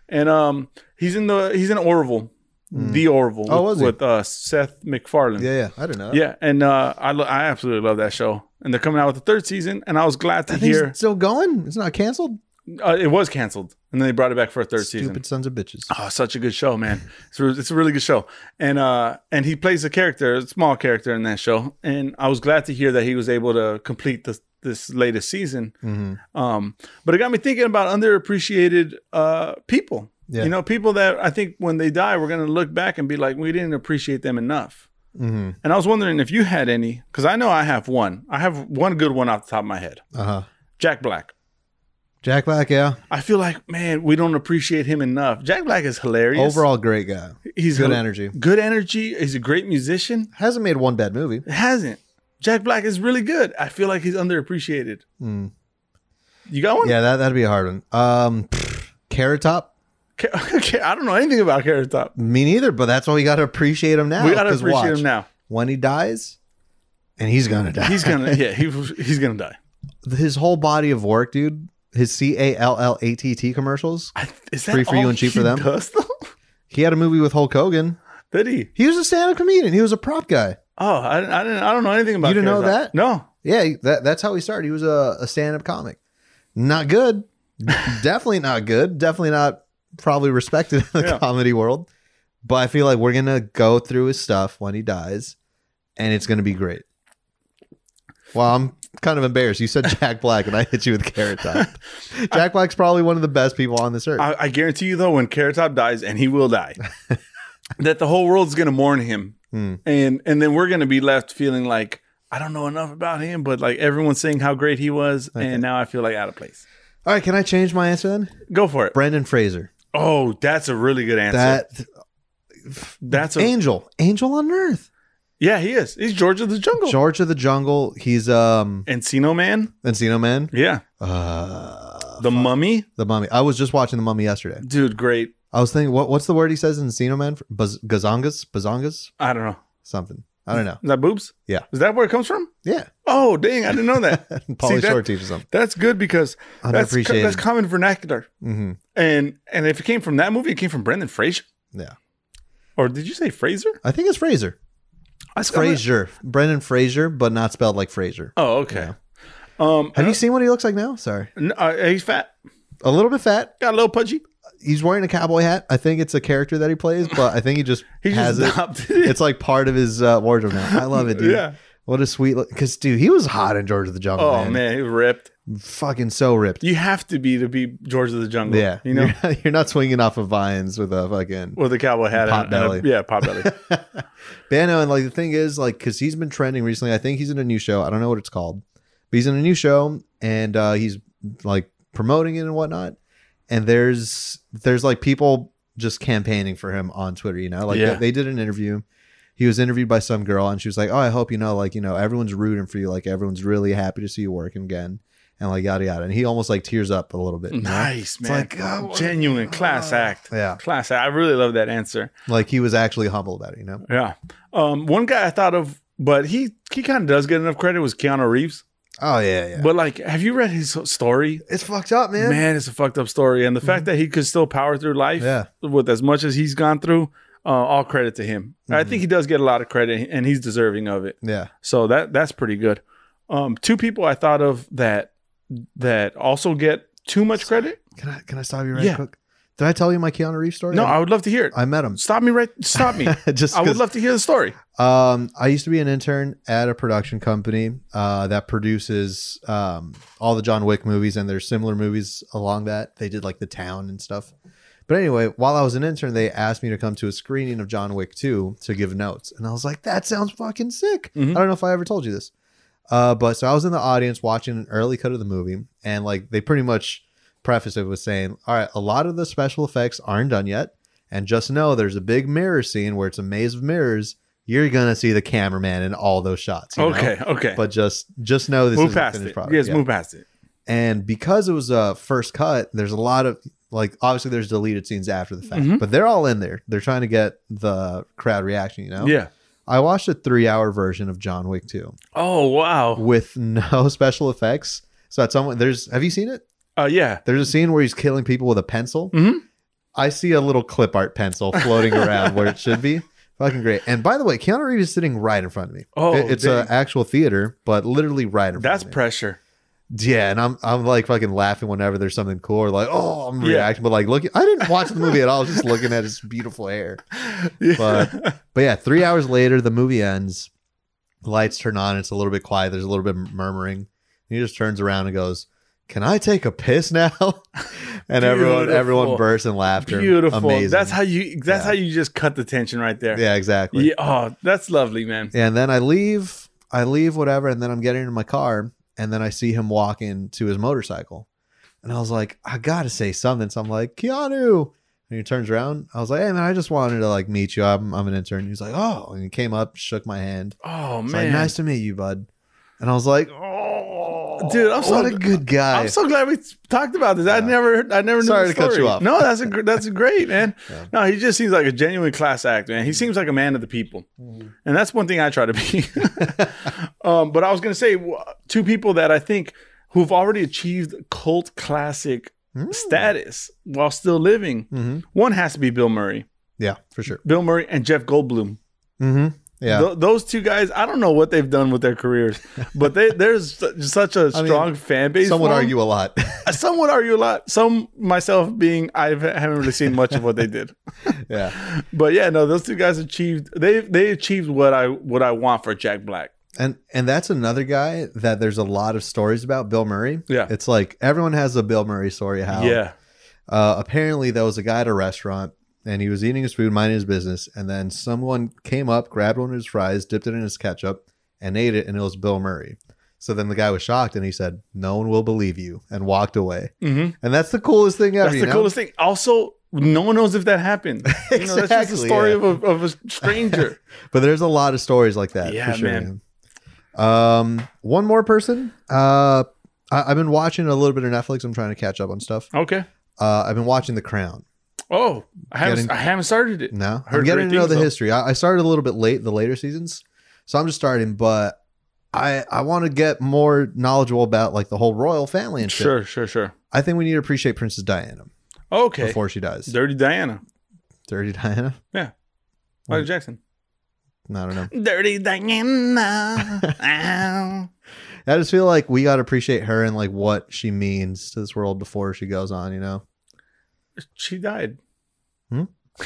And um, he's in the he's in Orville, the Orville.
Oh,
with,
was he?
with uh, Seth MacFarlane.
Yeah, yeah. I don't know.
Yeah, and uh, I lo- I absolutely love that show, and they're coming out with the third season, and I was glad to
I think
hear
it's still going. It's not canceled.
uh, it was canceled, and then they brought it back for a third season.
Stupid sons of bitches.
Oh, such a good show, man! It's, re- it's a really good show, and uh, and he plays a character, a small character in that show, and I was glad to hear that he was able to complete this this latest season.
Mm-hmm.
Um, but it got me thinking about underappreciated uh, people.
Yeah.
You know, people that I think when they die, we're gonna look back and be like, we didn't appreciate them enough.
Mm-hmm.
And I was wondering if you had any, because I know I have one. I have one good one off the top of my head
Uh huh.
Jack Black.
Jack Black, yeah.
I feel like, man, we don't appreciate him enough. Jack Black is hilarious.
Overall, great guy.
he's
good
hil-
energy.
Good energy. He's a great musician.
Hasn't made one bad movie.
Hasn't. Jack Black is really good. I feel like he's underappreciated.
Mm.
You got one?
Yeah, that that'd be a hard one. Um, pfft, Carrot Top.
Ca- Okay, I don't know anything about Carrot Top.
Me neither. But that's why we got to appreciate him now.
we gotta
'cause
appreciate
watch,
him now.
When he dies, and he's gonna die.
He's gonna, yeah, he, he's gonna die.
his whole body of work, dude. His C A L L A T T commercials.
I, is that
Free for you
all
and cheap
he
for them?
Does, though?
He had a movie with Hulk Hogan.
Did he?
He was a stand-up comedian. He was a prop guy.
Oh, I, didn't- I didn't. I don't know anything about.
You didn't
Carrot
know
Top.
that?
No,
Yeah, he- that, that's how he started. He was a, a stand up comic. Not good. definitely not good. Definitely not probably respected in the
Yeah.
comedy world. But I feel like we're going to go through his stuff when he dies and it's going to be great. Well, I'm kind of embarrassed. You said Jack Black and I hit you with Carrot Top. Jack Black's probably one of the best people on this earth.
I, I guarantee you though, when Carrot Top dies, and he will die, that the whole world's gonna mourn him,
Hmm.
and and then we're gonna be left feeling like I don't know enough about him, but like everyone's saying how great he was, and now I feel like out of place.
All right, can I change my answer then?
Go for it.
Brandon Fraser.
Oh, that's a really good answer.
That
that's a
angel, angel on earth.
yeah, he is. He's George of the Jungle,
George of the Jungle. He's um
Encino Man.
Encino Man.
Yeah,
Uh,
the Mummy,
the mummy. I was just watching the mummy yesterday.
dude, great.
I was thinking, what what's the word he says in Encino Man? Baz- Gazongas, bazongas,
I don't know.
something. I don't know.
Is that boobs?
Yeah.
Is that where it comes from?
Yeah,
Oh, dang, I didn't know that.
Polly
that-
Shore teaches them.
that's good because that's co-
Underappreciated.
that's common vernacular.
hmm
And and if it came from that movie, it came from Brendan Fraser.
Yeah,
Or did you say Fraser?
I think it's Fraser.
That's
Fraser, Brendan Fraser, but not spelled like Fraser.
Oh, okay. Um,
Have you seen what he looks like now? Sorry,
n- uh, he's fat.
a little bit fat.
Got a little pudgy.
He's wearing a cowboy hat. I think it's a character that he plays, but I think he just
He
has
just
it.
adopted it.
It's like part of his uh, wardrobe now. I love it, dude.
Yeah.
What a sweet look. Because, dude, he was hot in George of the Jungle.
Oh man. he ripped.
Fucking so ripped.
You have to be to be George of the Jungle.
Yeah,
you know,
you're not, you're not swinging off of vines with a fucking
with a cowboy hat,
Pot
and a-
belly.
and a- yeah, pot belly.
Bano. And like the thing is, like, because he's been trending recently. I think he's in a new show. I don't know what it's called, but he's in a new show and uh, he's like promoting it and whatnot. And there's there's like people just campaigning for him on Twitter. You know, like
Yeah.
they, they did an interview. He was interviewed by some girl, and she was like, "Oh, I hope you know, like, you know, everyone's rooting for you. Like, everyone's really happy to see you working again." And like yada yada, and he almost like tears up a little bit. you know?
nice man,
like, oh, what-
genuine class act.
Yeah.
class act. I really love that answer.
Like he was actually humble about it, you know.
Yeah. Um, one guy I thought of, but he he kind of does get enough credit was Keanu Reeves.
Oh yeah, yeah.
But like, have you read his story?
It's fucked up, man. Mm-hmm.
Man, it's a fucked up story, and the fact that he could still power through life
Yeah.
with as much as he's gone through, uh, all credit to him. I
Mm-hmm.
think he does get a lot of credit, and he's deserving of it.
Yeah.
So that that's pretty good. Um, two people I thought of that that also get too much credit.
Can I can I stop you right
Yeah.
quick? Did I tell you my Keanu Reeves story?
No,
I,
I would love to hear it.
I met him.
Stop me right. Stop me.
Just
I
Uh, 'cause-
would love to hear the story.
um, I used to be an intern at a production company uh, that produces um, all the John Wick movies, and there's similar movies along that. They did like The Town and stuff. But anyway, while I was an intern, they asked me to come to a screening of John Wick 2 to give notes. And I was like, that sounds fucking sick.
Mhm.
I don't know if I ever told you this. Uh, but so I was in the audience watching an early cut of the movie, and like they pretty much prefaced it with saying, All right, a lot of the special effects aren't done yet. And just know there's a big mirror scene where it's a maze of mirrors. You're gonna see the cameraman in all those shots. you know?
Okay, okay.
But just just know this
move
is the
past
finished
it.
product.
Yes,
Yeah.
move past it.
And because it was a first cut, there's a lot of like obviously there's deleted scenes after the fact,
Mhm.
but they're all in there. They're trying to get the crowd reaction, you know?
Yeah.
I watched a three hour version of John Wick 2
Oh wow.
with no special effects. So at someone there's have you seen it?
Uh, yeah.
There's a scene where he's killing people with a pencil.
Mhm.
I see a little clip art pencil floating around where it should be. Fucking great. And by the way, Keanu Reeves is sitting right in front of me.
Oh,
It- it's an
dang.
actual theater, but literally right in front
That's
of me.
pressure.
Yeah, and I'm I'm like fucking laughing whenever there's something cool or like, oh, I'm
Yeah.
reacting, but like looking I didn't watch the movie at all, I was just looking at his beautiful hair. But- But yeah, three hours later the movie ends, lights turn on, it's a little bit quiet, there's a little bit of murmuring. And he just turns around and goes, Can I take a piss now? and everyone everyone
Beautiful.
bursts in laughter.
beautiful.
Amazing.
That's how you. That's
Yeah.
how you just cut the tension right there.
Yeah, exactly.
Yeah. Oh, that's lovely, man.
And then I leave, I leave whatever, and then I'm getting in my car, and then I see him walking to his motorcycle. And I was like, I gotta say something. So I'm like, Keanu. And he turns around. I was like, Hey man, I just wanted to like meet you. I'm I'm an intern. He's like, Oh, and he came up, shook my hand.
Oh
He's
man,
like, nice to meet you, bud. And I was like,
Oh, dude, I'm so
what a good guy.
I'm so glad we talked about this. I
Yeah.
never, I never.
Sorry
knew the
to cut you
story.
off.
No, that's a gr- that's great, man.
Yeah. Mm.
No, he just seems like a genuine class act, man. He seems like a man of the people, and that's one thing I try to be. um, but I was gonna say w- two people that I think who've already achieved cult classic
Mm.
status while still living.
Mhm.
One has to be Bill Murray,
Yeah, for sure.
Bill Murray, and Jeff Goldblum.
hmm Yeah.
Tho- those two guys, I don't know what they've done with their careers, but they there's su- such a
I mean,
strong fan base.
Some would
for 'em.
argue a lot.
Some would argue a lot. Some myself being, I haven't really seen much of what they did.
yeah.
But yeah, no, those two guys achieved. They they achieved what I what I want for Jack Black.
And and that's another guy that there's a lot of stories about Bill Murray.
Yeah.
It's like everyone has a Bill Murray story how
Yeah.
Uh, apparently, there was a guy at a restaurant and he was eating his food, minding his business. And then someone came up, grabbed one of his fries, dipped it in his ketchup, and ate it. And it was Bill Murray. So then the guy was shocked and he said, No one will believe you, and walked away.
hmm
And that's the coolest thing ever.
That's
you
the
know?
coolest thing. Also, no one knows if that happened. You know, that's just the
Exactly,
story
yeah.
of, a, of a stranger.
But there's a lot of stories like that.
Yeah,
for sure,
man.
Um, one more person. Uh, I- I've been watching a little bit of Netflix. I'm trying to catch up on stuff.
okay.
Uh, I've been watching The Crown.
Oh, I haven't
Getting-
I haven't started it.
No, I'm
Heard
getting
great
to know
things,
the
though.
history. I, I started a little bit late, the later seasons, so I'm just starting. But I I want to get more knowledgeable about like the whole royal family and shit.
Sure, sure, sure.
I think we need to appreciate Princess Diana
Okay.
before she dies.
Dirty Diana.
Dirty Diana.
Michael
Mm.
Jackson.
I don't know.
Dirty Diana. Ow.
I just feel like we got to appreciate her and like what she means to this world before she goes on. You know.
She died.
Hmm?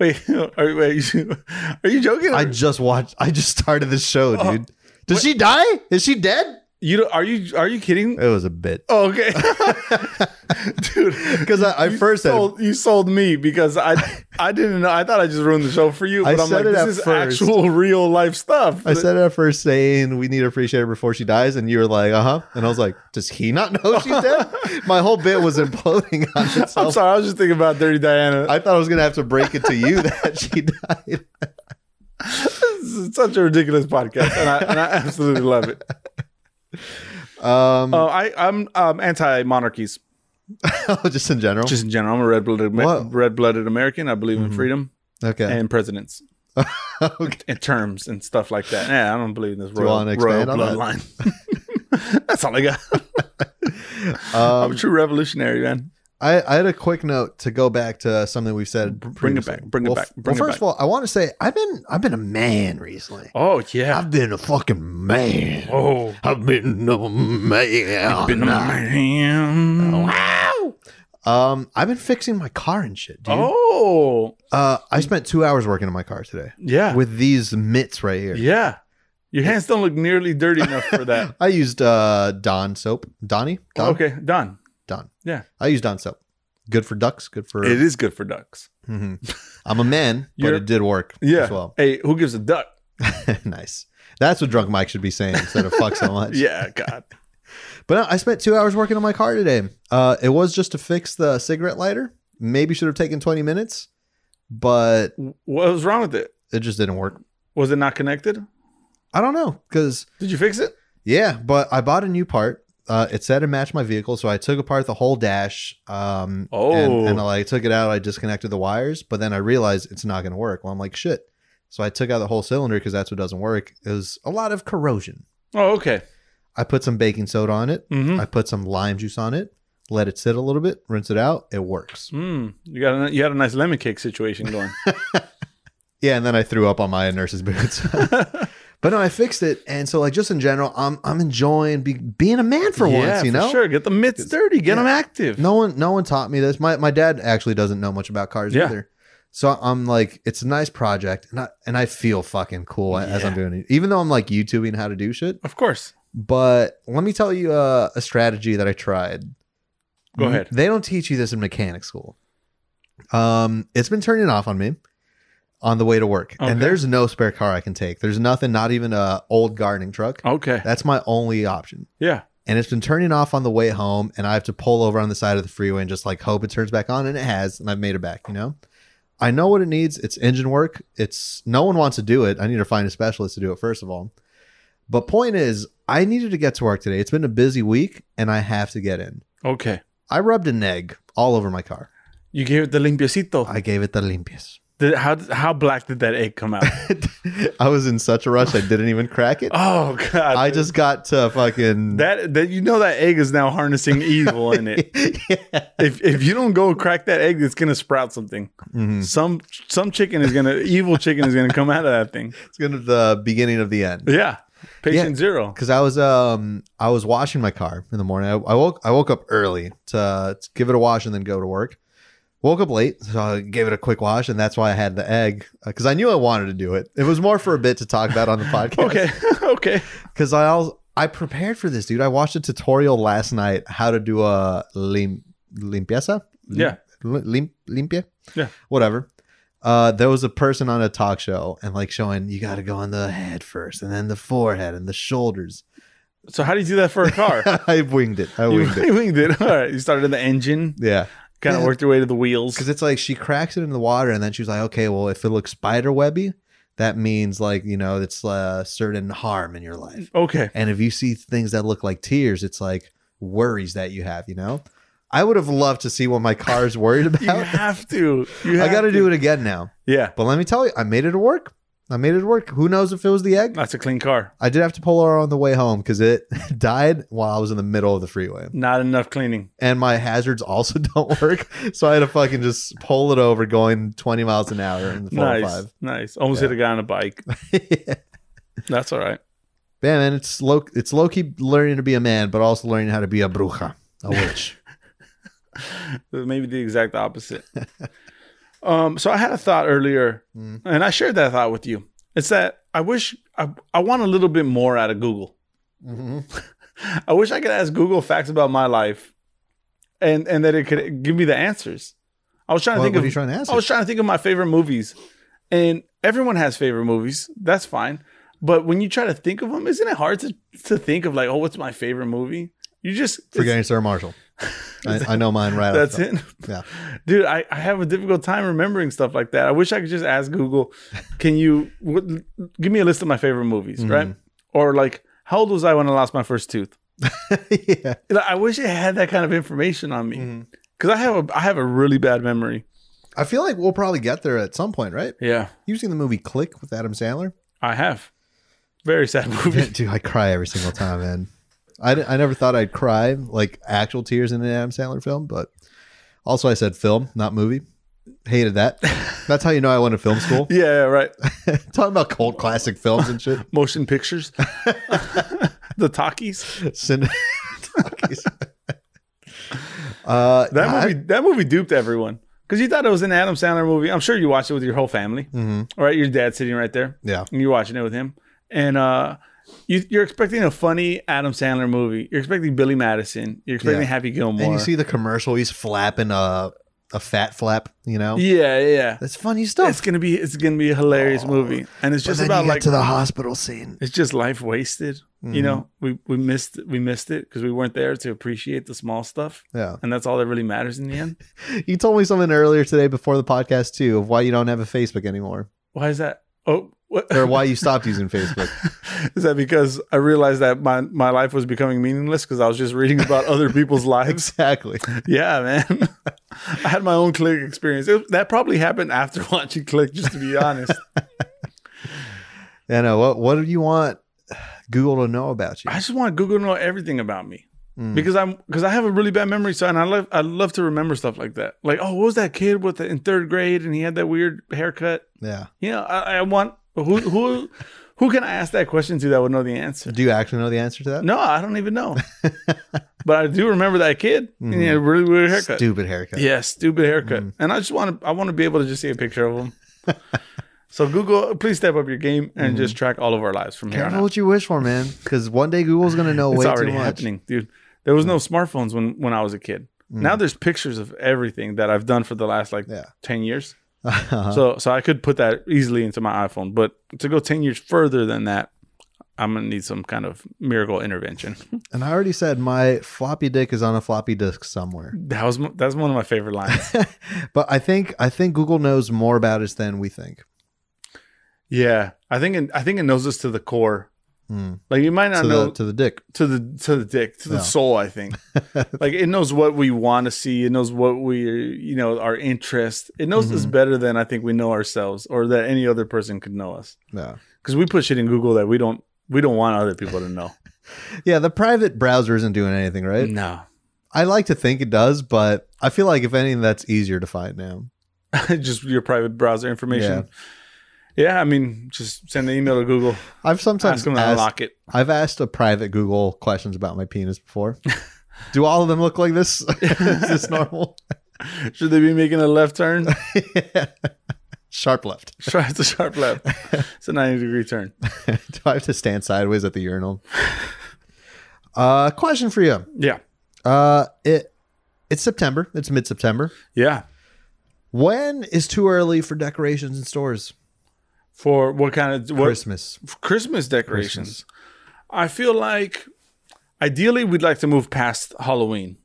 Wait, are, wait, are you joking?
I just watched. I just started the show,
Oh,
dude. Did she die? Is she dead?
you don't- are you are you kidding?
It was a bit.
Oh, okay, dude.
Because I, I
you
first said
sold, you sold me because I I didn't know. I thought I just ruined the show for you,
I
but I am
said
like,
it at
this is
first.
actual real life stuff.
I said it at first saying we need to appreciate her before she dies, and you were like, uh huh. And I was like, does he not know she's dead? My whole bit was imploding on
I'm
itself.
sorry. I was just thinking about Dirty Diana.
I thought I was gonna have to break it to you that she died.
this is such a ridiculous podcast, and I, and I absolutely love it.
Um,
Uh, I I'm um, anti monarchies.
oh, just in general.
Just in general, I'm a red blooded
Whoa.
red blooded American. I believe in freedom
okay.
and presidents
okay.
and terms and stuff like that. Yeah, I don't believe in this
you
royal,
wanna
royal
expand on that?
bloodline. That's all I got. I'm a
Um,
true revolutionary, man.
I, I had a quick note to go back to something we've said.
bring it
previously.
back, bring it
well,
back,
f-
bring it
well, first
back.
of all, I want to say I've been I've been a man recently.
Oh yeah.
I've been a fucking man.
Oh,
I've been a man.
been a man.
Wow!
Um, I've been fixing my car and shit, dude.
Oh,
Uh, I spent two hours working on my car today
yeah,
with these mitts right here.
yeah. Your hands don't look nearly dirty enough for that.
I used uh Dawn soap. Donnie? Don?
Okay, done.
Don.
Yeah.
I used Dawn soap. Good for ducks. Good for.
It is good for ducks.
Mhm. I'm a man, but
You're-
it did work.
Yeah.
As well.
Hey, who gives a duck?
nice. That's what drunk Mike should be saying instead of fuck so much.
Yeah, God.
But no, I spent two hours working on my car today. Uh, it was just to fix the cigarette lighter. Maybe should have taken 20 minutes, but
what was wrong with it?
it just didn't work.
Was it not connected?
I don't know because
Did you fix it?
Yeah, but I bought a new part. Uh, it said it matched my vehicle, so I took apart the whole dash. Um,
Oh.
and, and I like, took it out. I disconnected the wires, but then I realized it's not going to work. Well, I'm like, shit. So I took out the whole cylinder because that's what doesn't work. It was a lot of corrosion.
Oh, okay.
I put some baking soda on it.
Mm-hmm.
I put some lime juice on it. Let it sit a little bit. Rinse it out. It works.
Mm, you got a, you had a nice lemon cake situation going.
Yeah, and then I threw up on my nurse's boots. but no, I fixed it. And so, like, just in general, I'm I'm enjoying be, being a man for once. You know,
sure. Get the mitts dirty. Get them active.
No one, no one taught me this. My my dad actually doesn't know much about cars
Yeah.
either. So I'm like, it's a nice project, and I and I feel fucking cool as I'm
Yeah.
doing it, even though I'm like YouTubing how to do shit.
of course.
But let me tell you uh, a strategy that I tried.
Go ahead.
They don't teach you this in mechanic school. Um, it's been turning off on me on the way to work,
Okay.
and there's no spare car I can take. There's nothing, not even a old gardening truck.
Okay.
That's my only option
Yeah.
and it's been turning off on the way home and i have to pull over on the side of the freeway and just like hope it turns back on and it has and i've made it back you know i know what it needs it's engine work it's no one wants to do it i need to find a specialist to do it first of all but point is i needed to get to work today it's been a busy week and i have to get in
Okay.
i rubbed an egg all over my car
You gave it the limpiecito.
i gave it the limpias
Did- how how black did that egg come out?
i was in such a rush i didn't even crack it
oh God.
i
dude.
just got to fucking
that that you know that egg is now harnessing evil in it.
yeah.
If if you don't go crack that egg, it's gonna sprout something.
Mhm.
Some some chicken is gonna evil chicken is gonna come out of that thing.
it's gonna the beginning of the end
Yeah. Patient
Yeah.
zero.
because I was um I was washing my car in the morning. I, I woke I woke up early to, to give it a wash and then go to work. Woke up late, so I gave it a quick wash, and that's why I had the egg because I knew I wanted to do it. It was more for a bit to talk about on the podcast.
Okay. okay.
because I also I prepared for this, dude. I watched a tutorial last night how to do a lim limpieza.
Yeah.
Lim- lim- limpia.
Yeah.
Whatever. Uh, there was a person on a talk show and like showing you got to go on the head first and then the forehead and the shoulders.
So how do you do that for a car?
I winged it. I
You
winged it.
winged it. All right. You started in the engine,
Yeah.
kind of
Yeah.
worked your way to the wheels.
Because it's like she cracks it in the water and then she's like, okay, well, if it looks spider webby, that means like, you know, it's uh, certain harm in your life.
Okay.
And if you see things that look like tears, it's like worries that you have, you know? I would have loved to see what my car's worried
You
about.
have to. You
I
have
got to
to
do it again now.
Yeah.
But let me tell you, I made it work. I made it work. Who knows if it was the egg?
That's a clean car.
I did have to pull her on the way home because it died while I was in the middle of the freeway.
Not enough cleaning.
and my hazards also don't work. so I had to fucking just pull it over going 20 miles an hour in the
Nice.
405.
Nice. Almost hit a guy on a bike. That's all right.
yeah, man, it's low it's low key learning to be a man, but also learning how to be a bruja, a witch.
Maybe the exact opposite. um, so I had a thought earlier,
Mm.
and I shared that thought with you. It's that I wish I, I want a little bit more out of Google.
Mhm.
I wish I could ask Google facts about my life, and and that it could give me the answers. I was trying to
What,
think
what
of Oh,
are you trying to ask?
I was
us?
trying to think of my favorite movies, and everyone has favorite movies. That's fine. But when you try to think of them, isn't it hard to, to think of like, oh, what's my favorite movie? You just it's-
Forgetting Sarah Marshall. I, I know mine right
that's
off.
it.
Yeah.
Dude, I, I have a difficult time remembering stuff like that. I wish I could just ask Google, can you what, give me a list of my favorite movies, right? Or like, how old was I when I lost my first tooth?
it. yeah.
Like, I wish it had that kind of information on me because I have a I have a really bad memory.
I feel like we'll probably get there at some point, right?
Yeah,
You've seen the movie Click with Adam Sandler?
I have. Very sad movie.
Dude, I cry every single time, man. I, I never thought I'd cry like actual tears in an Adam Sandler film, but also I said film, not movie. Hated that. That's how you know I went to film school.
Yeah, yeah, right.
Talking about cult classic films and shit.
motion pictures, the talkies.
Cin- uh,
That movie, that movie duped everyone because you thought it was an Adam Sandler movie. I'm sure you watched it with your whole family,
hmm
all right? Your dad's sitting right there,
Yeah.
and you're watching it with him, and uh, you, you're expecting a funny Adam Sandler movie. You're expecting Billy Madison. You're expecting
Yeah.
Happy Gilmore.
And you see the commercial, he's flapping a, a fat flap, you know?
yeah, yeah.
That's funny stuff.
It's gonna be it's gonna be a hilarious
Oh.
movie, and it's
But
just
then
about
you get
like
to the hospital scene.
it's just life wasted. You
Mhm.
know, we we missed we missed it because we weren't there to appreciate the small stuff,
Yeah.
and that's all that really matters in the end.
You told me something earlier today before the podcast too of why you don't have a Facebook anymore.
Why is that? Oh, what?
Or why you stopped using Facebook.
Is that because I realized that my, my life was becoming meaningless because I was just reading about other people's lives?
exactly.
Yeah, man. I had my own click experience. It- that probably happened after watching Click, just to be honest.
You know, what what do you want Google to know about you?
I just want Google to know everything about me
Mm.
because I'm because I have a really bad memory, so and I love I love to remember stuff like that. Like, oh, what was that kid with the, in third grade and he had that weird haircut?
Yeah.
You know, I, I want who who who can I ask that question to that would know the answer?
Do you actually know the answer to that?
No, I don't even know. but I do remember that kid. And he
Mhm.
had a really weird haircut.
Stupid haircut.
Yeah, stupid haircut.
Mm.
And I just want to I want to be able to just see a picture of him. so Google, please step up your game and just track all of our lives from here on
Mm. Careful
out.
what you wish for, man, because one day Google's gonna know
It's
way
already
too much. Mm.
happening, dude. There was no smartphones when when I was a kid. Now there's pictures of everything that I've done for the last like
Hmm. Yeah.
10 years.
Uh-huh.
So so I could put that easily into my iPhone, but to go 10 years further than that, I'm going to need some kind of miracle intervention.
and I already said my floppy dick is on a floppy disk somewhere.
That was m- that's one of my favorite lines.
but I think I think Google knows more about us than we think.
Yeah, I think it, I think it knows us to the core.
Mm.
Like you might not
To
know
the to the dick.
to the to the dick to the
No.
soul. I think like it knows what we want to see. It knows what we you know our interest. It knows us
Mhm.
better than I think we know ourselves or that any other person could know us
Yeah.
because we put shit in Google that we don't we don't want other people to know.
Yeah, the private browser isn't doing anything, right?
no,
I like to think it does, but I feel like if anything, that's easier to find now.
just your private browser information. Yeah. I mean, just send an email to Google.
I've sometimes
Ask them to
asked,
unlock it.
I've asked a private Google questions about my penis before. Do all of them look like this? Is this normal?
Should they be making a left turn?
Sharp left.
Try it's a sharp left. It's a ninety degree turn.
Do I have to stand sideways at the urinal? Uh, question for you.
Yeah,
Uh, it it's September. It's mid September.
yeah.
When is too early for decorations in stores?
For what kind of what
Christmas.
Christmas decorations. I feel like ideally we'd like to move past Halloween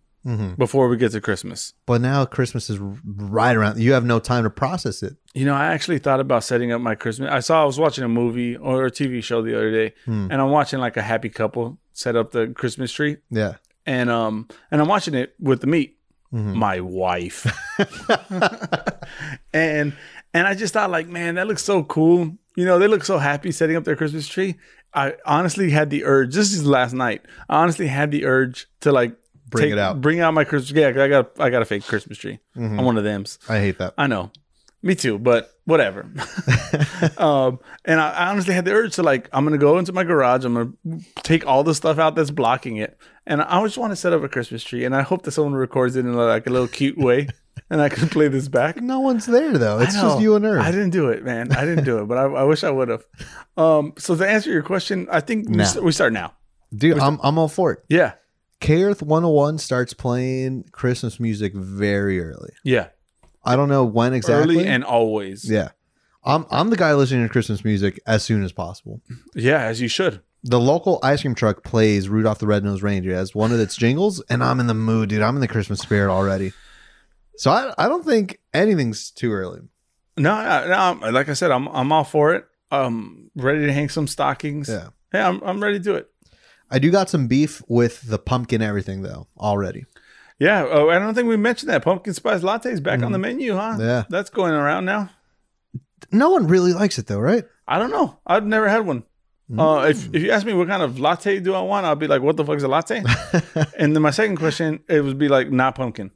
before we get to Christmas.
But now Christmas is r- right around. You have no time to process it.
You know, I actually thought about setting up my Christmas. I saw I was watching a movie or a TV show the other day, and I'm watching like a happy couple set up the Christmas tree,
Yeah.
and um, and I'm watching it with the meat,
Mm-hmm.
my wife, and and I just thought like, man, that looks so cool. You know, they look so happy setting up their Christmas tree. I honestly had the urge. This is last night. I honestly had the urge to like
Bring it out. Mm-hmm.
bring out my Christmas. Yeah, 'cause I got I got a fake Christmas tree. I'm one of them's.
I hate that.
I know. Me too, but whatever. um, and I, I honestly had the urge to like, I'm gonna go into my garage. I'm gonna take all the stuff out that's blocking it, and I just want to set up a Christmas tree. And I hope that someone records it in like a little cute way, and I can play this back.
No one's there though. It's
I
just
know.
you and her.
I didn't do it, man. I didn't do it, but I, I wish I would have. Um, so to answer your question, I think we,
Now.
st- we start now.
Dude, I'm, I'm all for it.
Yeah,
K Earth 101 starts playing Christmas music very early.
yeah.
I don't know when exactly.
Early and always. Yeah.
yeah. I'm I'm the guy listening to Christmas music as soon as possible.
as you should.
The local ice cream truck plays Rudolph the Red-Nosed Reindeer as one of its jingles and I'm in the mood, dude. I'm in the Christmas spirit already. So I I don't think anything's too early.
No, I- no. I'm- Like I said, I'm I'm all for it. Um, ready to hang some stockings.
Yeah.
Yeah, I'm, I'm ready to do it.
I do got some beef with the pumpkin everything though already.
Yeah. Oh, I don't think we mentioned that pumpkin spice lattes back on the menu, huh?
Mm-hmm. Yeah.
That's going around now.
No one really likes it though, right?
I don't know. I've never had one. Uh,
Mm-hmm.
if, if you ask me what kind of latte do I want, I'll be like, what the fuck is a latte? and then my second question, it would be like, not pumpkin.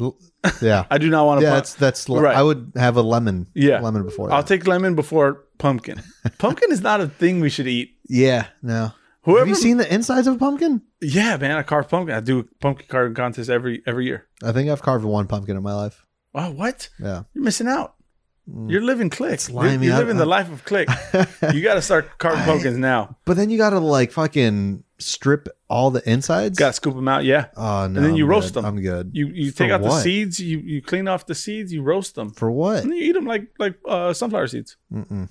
L- Yeah.
I do not want a
yeah,
pumpkin.
that's that's le-
Right.
I would have a lemon.
Yeah.
lemon before that.
I'll take lemon before pumpkin. pumpkin is not a thing we should eat.
yeah, no.
Whoever,
Have you seen the insides of a pumpkin?
yeah, man, I carve pumpkin. I do pumpkin carving contest every every year.
I think I've carved one pumpkin in my life.
Oh, what?
Yeah,
You're missing out. You're living click. You're,
slimy.
you're
Mm. I-
living
I-
the life of click. you got to start carving pumpkins now.
But then you gotta like fucking strip all the insides.
Got to scoop them out. Yeah.
oh
and
no!
then you
I'm
roast
good.
them.
I'm good.
You you
For
take out the
what?
seeds. You you clean off the seeds. You roast them.
For what?
And then you eat them like like uh, sunflower seeds.
Mm-mm.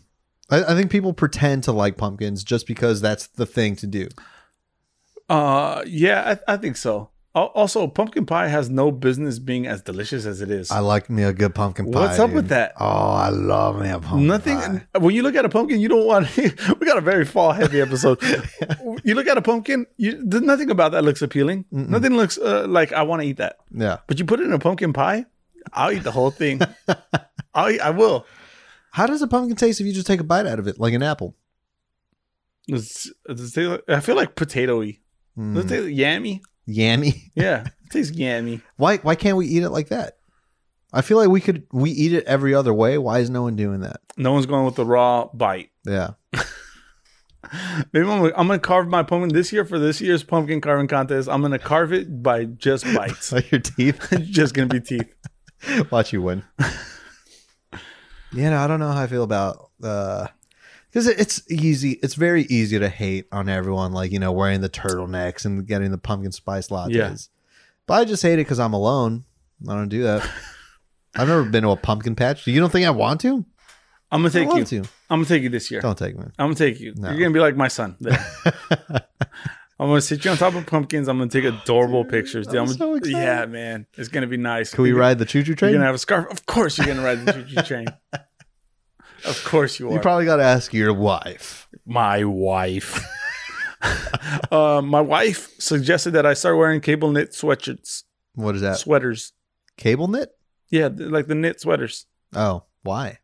I, I think people pretend to like pumpkins just because that's the thing to do.
Uh, yeah, I, I think so. Al- Also, pumpkin pie has no business being as delicious as it is.
I like me a good pumpkin pie.
What's up
dude.
with that?
Oh, I love me a pumpkin.
Nothing.
pie.
When you look at a pumpkin, you don't want. we got a very fall heavy episode. you look at a pumpkin. You, there's nothing about that looks appealing. Nothing looks uh, like I want to eat that.
Yeah,
But you put it in a pumpkin pie, I'll eat the whole thing. I'll eat, I will.
How does a pumpkin taste if you just take a bite out of it, like an apple?
It's, it's, I feel like potatoy.
Mm.
Does it taste yammy?
Yammy.
Yeah, it tastes yammy.
Why? Why can't we eat it like that? I feel like we could. We eat it every other way. Why is no one doing that?
No one's going with the raw bite.
Yeah.
Maybe I'm, gonna- I'm gonna carve my pumpkin this year for this year's pumpkin carving contest. I'm gonna carve it by just bites.
Like your teeth.
it's just gonna be teeth.
Watch you win. yeah, no, I don't know how I feel about because it it's easy. It's very easy to hate on everyone, like you know, wearing the turtlenecks and getting the pumpkin spice lattes.
Yeah.
But I just hate it because I'm alone. I don't do that. I've never been to a pumpkin patch. You don't think I want to?
I'm gonna take
I
you.
want to.
I'm gonna take you this year.
Don't take me.
I'm gonna take you.
No.
You're gonna be like my son. There. I'm gonna sit you on top of pumpkins. I'm gonna take adorable pictures. Dude,
I'm
I'm gonna-
so excited.
Yeah, man, it's gonna be nice.
Can we
You're
ride the choo choo
You're
train?
gonna have a scarf. Of course, you're gonna ride the choo-choo train. Of course, you are.
you probably got to ask your wife.
my wife. uh, my wife suggested that I start wearing cable knit sweatshirts,
What is that?
sweaters.
Cable knit?
Yeah, th- like the knit sweaters.
Oh, why?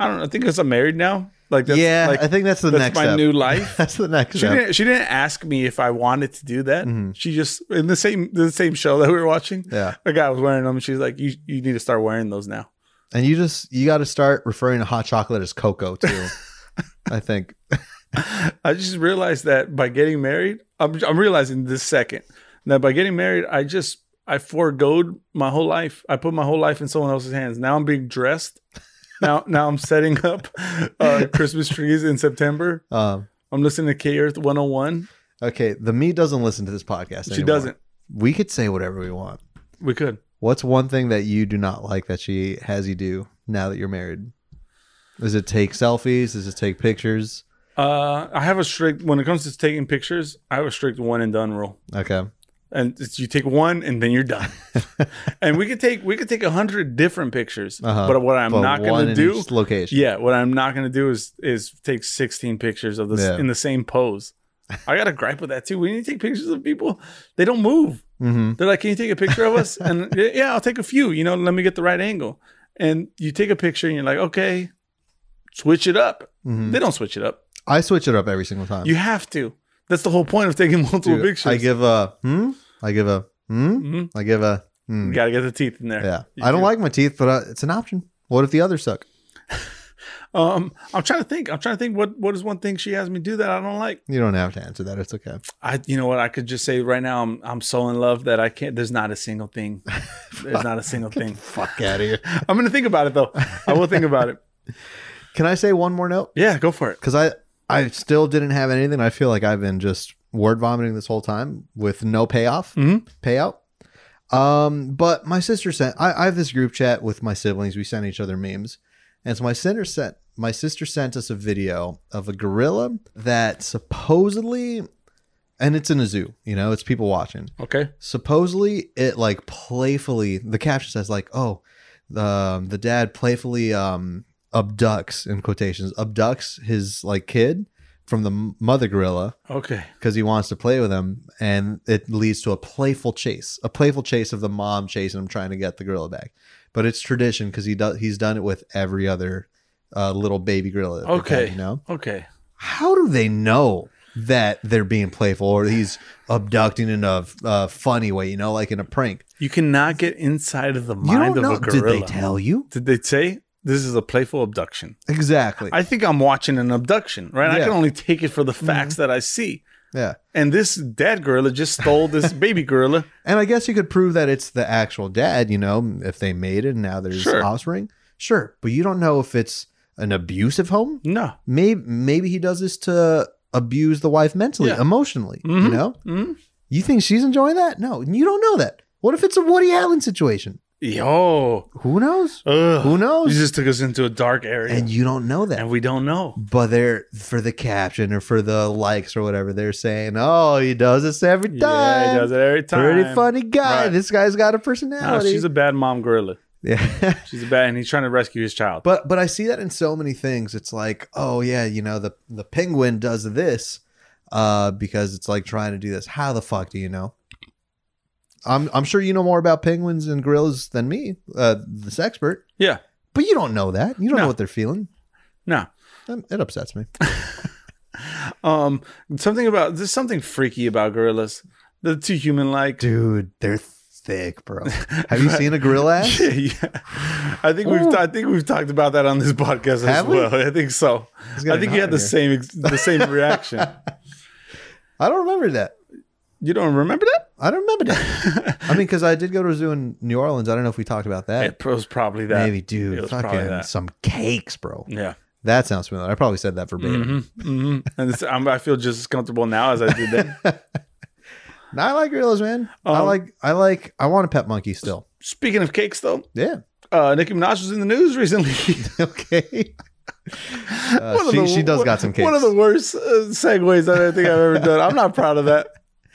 I don't know. I think because I'm married now. Like that's,
yeah,
like,
I think that's the
that's
next.
my
step.
new life.
that's the next.
She
step.
didn't. She didn't ask me if I wanted to do that.
Mhm.
She just in the same the same show that we were watching.
Yeah.
The guy was wearing them. And she's like, "You you need to start wearing those now."
And you just you got to start referring to hot chocolate as cocoa too. I think.
I just realized that by getting married, I'm I'm realizing this second that by getting married, I just I foregoed my whole life. I put my whole life in someone else's hands. Now I'm being dressed. Now now I'm setting up uh, Christmas trees in September.
Um,
I'm listening to K Earth 101.
okay, the me doesn't listen to this podcast.
She
anymore.
doesn't.
We could say whatever we want.
We could.
What's one thing that you do not like that she has you do now that you're married? Does it take selfies? Does it take pictures?
Uh, I have a strict when it comes to taking pictures. I have a strict one and done rule,
Okay.
and it's, you take one and then you're done. and we could take we could take a hundred different pictures,
Uh-huh.
but what I'm
But
not
one
going to
in
do,
each location.
yeah, what I'm not going to do is is take 16 pictures of this
Yeah.
in the same pose. I got a gripe with that too. When you take pictures of people, they don't move.
Mm-hmm.
They're like, "Can you take a picture of us?" And yeah, I'll take a few. You know, let me get the right angle. And you take a picture, and you're like, "Okay, switch it up."
Mhm.
They don't switch it up.
I switch it up every single time.
You have to. That's the whole point of taking multiple
Um, Dude,
pictures.
I give a hmm. I give a hmm.
hmm
I give a
You
hmm.
gotta get the teeth in there.
Yeah.
You
I don't
do.
like my teeth, but uh, it's an option. What if the others suck?
Um, I'm trying to think. I'm trying to think. What What is one thing she has me do that I don't like?
You don't have to answer that. It's okay.
I, you know what? I could just say right now, I'm I'm so in love that I can't. There's not a single thing. There's not a single thing.
Fuck out of here.
I'm gonna think about it though. I will think about it.
Can I say one more note?
Yeah, go for it.
Because I I still didn't have anything. I feel like I've been just word vomiting this whole time with no payoff
Mhm.
payout. Um, but my sister sent. I, I have this group chat with my siblings. We send each other memes, and so my sister sent. My sister sent us a video of a gorilla that supposedly, and it's in a zoo. You know, it's people watching.
Okay.
supposedly it like playfully the caption says like oh the the dad playfully um abducts in quotations abducts his like kid from the m- mother gorilla
Okay.
because he wants to play with him and it leads to a playful chase a playful chase of the mom chasing him trying to get the gorilla back but it's tradition because he does he's done it with every other uh, little baby gorilla that they've had,
Okay.
you know
Okay.
how do they know that they're being playful or he's abducting in a uh, funny way, you know, like in a prank?
You cannot get inside of the
you
mind
don't
of
know.
a gorilla.
Did they tell you?
Did they say this is a playful abduction?
Exactly.
I think I'm watching an abduction, right? I
Yeah.
can only take it for the facts that I see.
yeah.
And this dad gorilla just stole this baby gorilla.
And I guess you could prove that it's the actual dad, you know, if they made it and now there's
Sure.
offspring. Sure, but you don't know if it's an abusive home.
No.
Maybe maybe he does this to abuse the wife mentally,
Yeah.
emotionally. You
Mhm.
know,
Mm?
you think she's enjoying that? No, you don't know that. What if it's a Woody Allen situation?
Yo.
Who knows?
Ugh.
Who
You
knows?
just took us into a dark area.
and you don't know that.
and we don't know.
But they're for the caption or for the likes or whatever. They're saying, "Oh, he does this every time.
Yeah, he does it every time.
Pretty funny guy.
Right.
This guy's got a
No,
personality."
she's a bad mom gorilla.
yeah.
She's a bad, and he's trying to rescue his child.
But but I see that in so many things. It's like, oh yeah, you know, the the penguin does this uh because it's like trying to do this. How the fuck do you know? I'm I'm sure you know more about penguins and gorillas than me, uh this expert.
yeah.
But you don't know that. You don't
No.
know what they're feeling.
No.
Um, It upsets me.
Um. Something about there's something freaky about gorillas. They're too human like.
Dude, they're thick, bro. Have you seen a gorilla ass?
Yeah, yeah. I think we've I think we've talked about that on this podcast as
Have we?
well. I think so.
It's
I
getting
think you had
hot
the
in here.
same ex- the same reaction.
I don't remember that.
You don't remember that?
I don't remember that. I mean, because I did go to a zoo in New Orleans. I don't know if we talked about that.
It was probably that.
Maybe, dude,
It was probably
fucking
that.
some cakes, bro.
Yeah.
That sounds familiar. I probably said that verbatim.
hmm hmm And it's, I'm, I feel just as comfortable now as I did then.
No, I like gorillas, man. I
Um,
like, I like, I want a pet monkey still.
Speaking of cakes, though,
Yeah.
uh, Nicki Minaj was in the news recently.
okay. Uh,
One of
she,
the-
she does got some cakes.
One of the worst uh, segues that I think I've ever done. I'm not proud of that.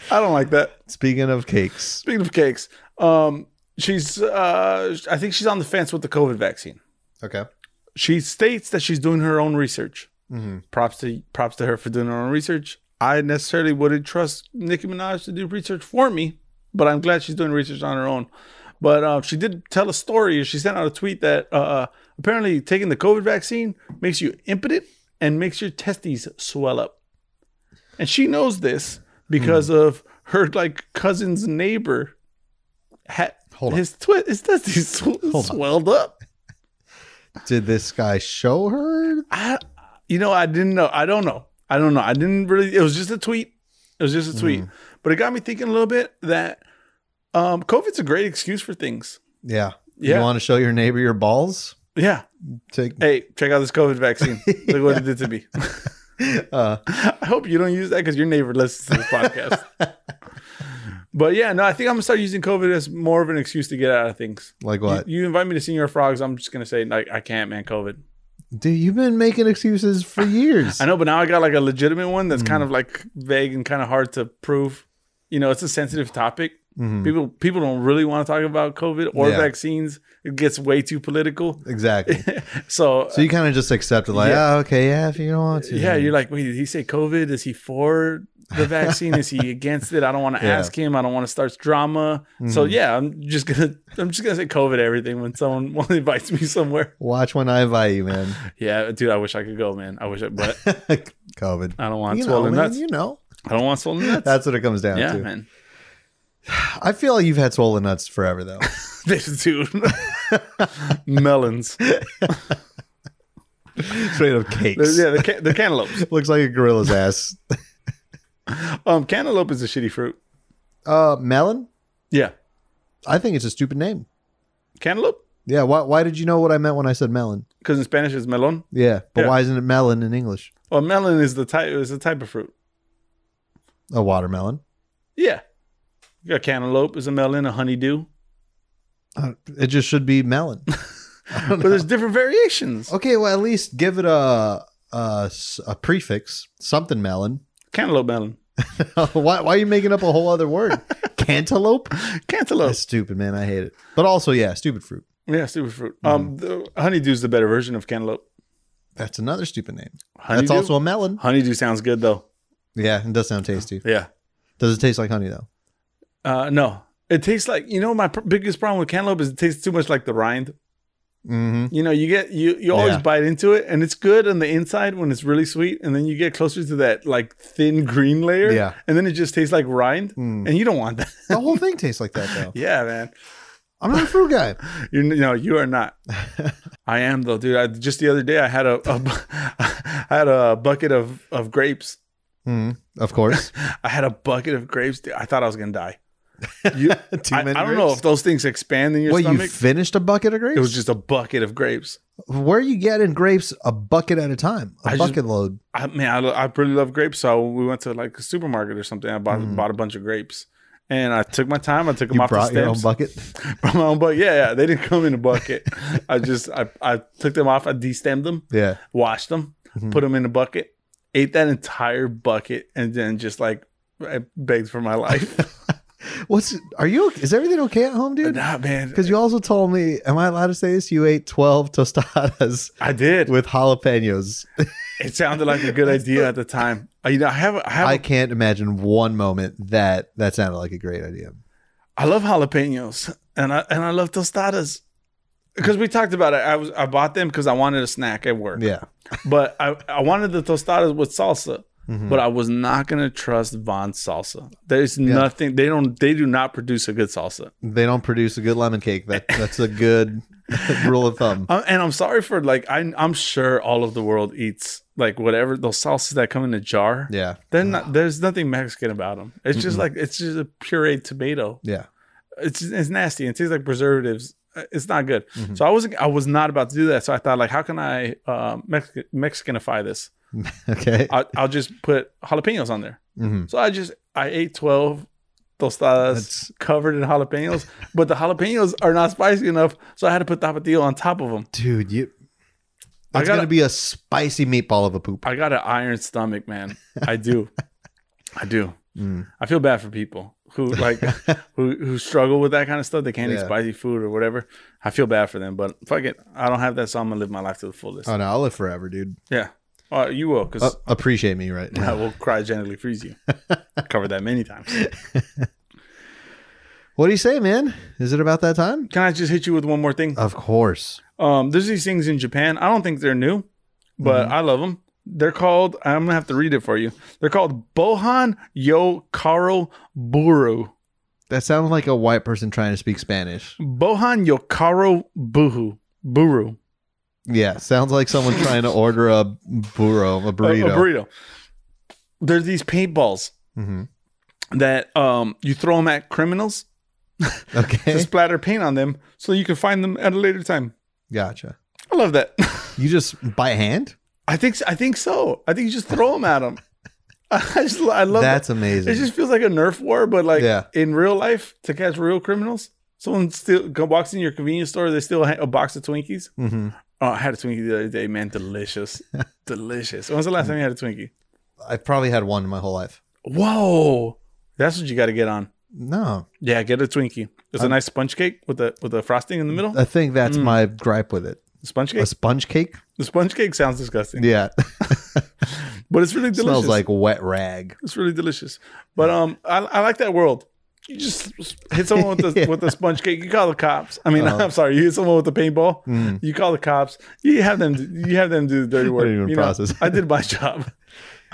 I don't like that.
Speaking of cakes,
Speaking of cakes, um, she's uh, I think she's on the fence with the COVID vaccine.
okay.
She states that she's doing her own research.
hmm
Props to props to her for doing her own research. I necessarily wouldn't trust Nicki Minaj to do research for me, but I'm glad she's doing research on her own. But uh, she did tell a story. She sent out a tweet that uh, apparently taking the COVID vaccine makes you impotent and makes your testes swell up. And she knows this because
Hmm.
of her like cousin's neighbor. Had
Hold on.
his twi- his testes sw-
on.
swelled up.
Did this guy show her?
I, you know, I didn't know. I don't know. I don't know. I didn't really. It was just a tweet. It was just a tweet. But it got me thinking a little bit that um, COVID's a great excuse for things.
Yeah. You
Yeah.
want to show your neighbor your balls?
Yeah.
Take.
Hey, check out this COVID vaccine. Look what it did to me.
Uh,
I hope you don't use that because your neighbor listens to this podcast. but yeah, no, I think I'm gonna start using COVID as more of an excuse to get out of things.
like
You-
what?
You, invite me to Senior Frogs, I'm just gonna say like I can't, man. COVID.
Dude, you've been making excuses for years.
I know, but now I got like a legitimate one that's
Mm.
kind of like vague and kind of hard to prove. You know, it's a sensitive topic.
Mhm.
People people don't really want to talk about COVID or
Yeah.
vaccines. It gets way too political.
Exactly.
So,
So you kind of just accept it, like,
Yeah.
oh, okay, yeah, if you don't want to.
yeah,
then-
you're like, wait, did he say COVID? Is he for the vaccine? Is he against it? I don't want to
Yeah. Mm-hmm.
ask him. I don't want to start drama. So yeah, I'm just gonna I'm just gonna say COVID everything when someone invites me somewhere.
Watch when I invite you, man.
Yeah, dude, I wish I could go, man. I wish, I, but
COVID.
I don't want
You know,
Uh, swollen
man,
nuts.
you know.
I don't want swollen nuts.
That's what it comes down
yeah,
to.
man.
I feel like you've had swollen nuts forever, though.
This dude. Melons. Yeah,
Straight up cakes.
the, ca- the cantaloupes.
Looks like a gorilla's ass.
Um, cantaloupe is a shitty fruit.
Uh, melon.
Yeah.
I think it's a stupid name.
Cantaloupe?
Yeah. Why? Why did you know what I meant when I said melon?
Because in Spanish it's melon.
Yeah. But
Yeah.
why isn't it melon in English?
Well, melon is the type is a type of fruit.
A watermelon.
Yeah. You got cantaloupe is a melon, a honeydew.
Uh, it just should be melon. I don't
But
know.
there's different variations.
Okay. Well, at least give it a a, s- a prefix. Something melon.
Cantaloupe melon.
why? Why are you making up a whole other word? Cantaloupe.
Cantaloupe.
That's stupid, man. I hate it. But also, yeah, stupid fruit.
Yeah, super fruit. Um the honeydew is the better version of cantaloupe.
That's another stupid name.
Honeydew.
That's also a melon.
honeydew sounds good though.
Yeah, it does sound tasty.
Yeah.
Does it taste like honey though?
Uh no. It tastes like you know my pr- biggest problem with cantaloupe is it tastes too much like the rind.
Mm-hmm.
You know, you get you you always
Yeah.
bite into it, and it's good on the inside when it's really sweet, and then you get closer to that like thin green layer,
Yeah.
and then it just tastes like rind,
Mm.
and you don't want that.
The whole thing tastes like that though.
yeah, man,
I'm not a fruit guy.
you know you are not. I am though, dude. I, just the other day, I had a, a bu- I had a bucket of of grapes.
Mm, of course.
I had a bucket of grapes. Dude, I thought I was gonna die. You,
Too
I, I
many
don't know
grapes?
if those things expand in your
Well, you
stomach.
finished a bucket of grapes.
it was just a bucket of grapes.
where you getting grapes a bucket at a time, a
I just-
bucket load.
I man, I, lo- I really love grapes. So we went to like a supermarket or something. I bought bought a bunch of grapes, and I took my time. I took them
Mm-hmm. You
off the
brought your own
stems.
bucket.
Brought my own bucket. Yeah, yeah, they didn't come in a bucket. I just I, I took them off. I destemmed them,
Yeah,
washed them,
Mhm.
put them in a bucket, ate that entire bucket, and then just like I begged for my life.
What's are you? Is everything okay at home, dude?
nah, man,
Because you also told me, am I allowed to say this? You ate twelve tostadas
I did.
with jalapenos.
It sounded like a good idea at the time. Uh, You know, I have I have
I
I
can't imagine one moment that that sounded like a great idea.
love jalapenos and I and I love tostadas. Because we talked about it, I was I bought them because I wanted a snack at work.
Yeah,
But I, I wanted the tostadas with salsa,
Mhm.
but I was not gonna trust Von's salsa. There's nothing they don't they do not produce a good salsa.
they don't produce a good lemon cake. That that's a good rule of thumb.
Uh, and I'm sorry for like I I'm sure all of the world eats like whatever those salsas that come in a jar.
Yeah,
They're not, there's nothing Mexican about them. It's just
Mm-mm.
like it's just a pureed tomato.
yeah.
it's it's nasty. It tastes like preservatives. Uh, It's not good.
Mhm.
So I wasn't I was not about to do that. So I thought like, how can I uh, Mex- Mexicanify this?
Okay.
I, I'll just put jalapenos on there.
Mhm.
So I just I ate twelve tostadas
That's-
covered in jalapenos, but the jalapenos are not spicy enough. So I had to put tapatio on top of them.
Dude, you.
I
That's
gotta-
gonna be a spicy meatball of a poop.
I got an iron stomach, man. I do, I do.
Mm.
I feel bad for people who like who who struggle with that kind of stuff. They can't
Yeah.
eat spicy food or whatever. I feel bad for them, but fuck it. I don't have that, so I'm gonna live my life to the fullest.
Oh no, I'll live forever, dude.
yeah, uh, you will, because
Uh, appreciate me right
I
now.
will cryogenically freeze you. Covered that many times.
What do you say, man? Is it about that time?
Can I just hit you with one more thing?
Of course.
Um, there's these things in Japan. I don't think they're new, but
Mm-hmm.
I love them. They're called. I'm gonna have to read it for you. They're called Bohan Yokaro Buru.
That sounds like a white person trying to speak Spanish.
Bohan Yokaro Buhu Buru.
Yeah, sounds like someone trying to order a burro, a
A-
burrito.
A, burrito. There's these paintballs
Mhm.
that um, you throw them at criminals to
Okay,
splatter paint on them, so you can find them at a later time.
gotcha.
I love that.
You just by hand?
I think I think so. I think you just throw them at them. I just I love
That's
that. It
amazing.
just feels like a Nerf war, but like
Yeah.
in real life to catch real criminals. Someone still go- walks in your convenience store. They still have a box of Twinkies.
hmm
Oh, I had a Twinkie the other day, man. Delicious, delicious. When's the last time you had a Twinkie?
I've probably had one in my whole life.
Whoa, that's what you got to get on.
No,
Yeah, get a Twinkie. It's a nice sponge cake with the with the frosting in the middle.
I think that's my gripe with it.
sponge
A
Mm. cake.
sponge cake?
The sponge cake sounds disgusting,
Yeah,
but it's really delicious.
smells like wet rag.
it's really delicious. But um, I, I like that world. You just hit someone with the with the sponge cake. You call the cops. I mean,
Uh-huh.
I'm sorry. You hit someone with the paintball.
Mm.
You call the cops. You have them. You have them do the dirty work.
Don't even
you know,
process.
I did my job.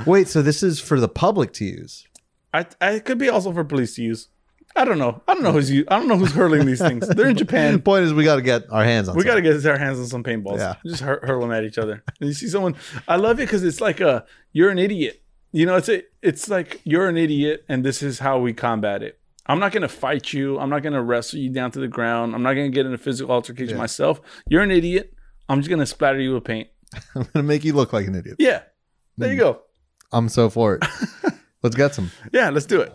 Wait, so this is for the public to use?
I I could be also for police to use. I don't know. I don't know who's you. I don't know who's hurling these things. They're in
The
Japan.
point is, we got to get our hands on.
We got to
some.
get our hands on some paintballs.
Yeah.
Just hur- hurl them at each other. And you see someone, I love it because it's like a you're an idiot. You know, it's a, it's like you're an idiot, and this is how we combat it. I'm not gonna fight you. I'm not gonna wrestle you down to the ground. I'm not gonna get in a physical altercation myself. You're an idiot. I'm just gonna splatter you with paint.
I'm gonna make you look like an idiot.
Yeah, there you go.
I'm so for it. Let's get some.
Yeah, let's do it.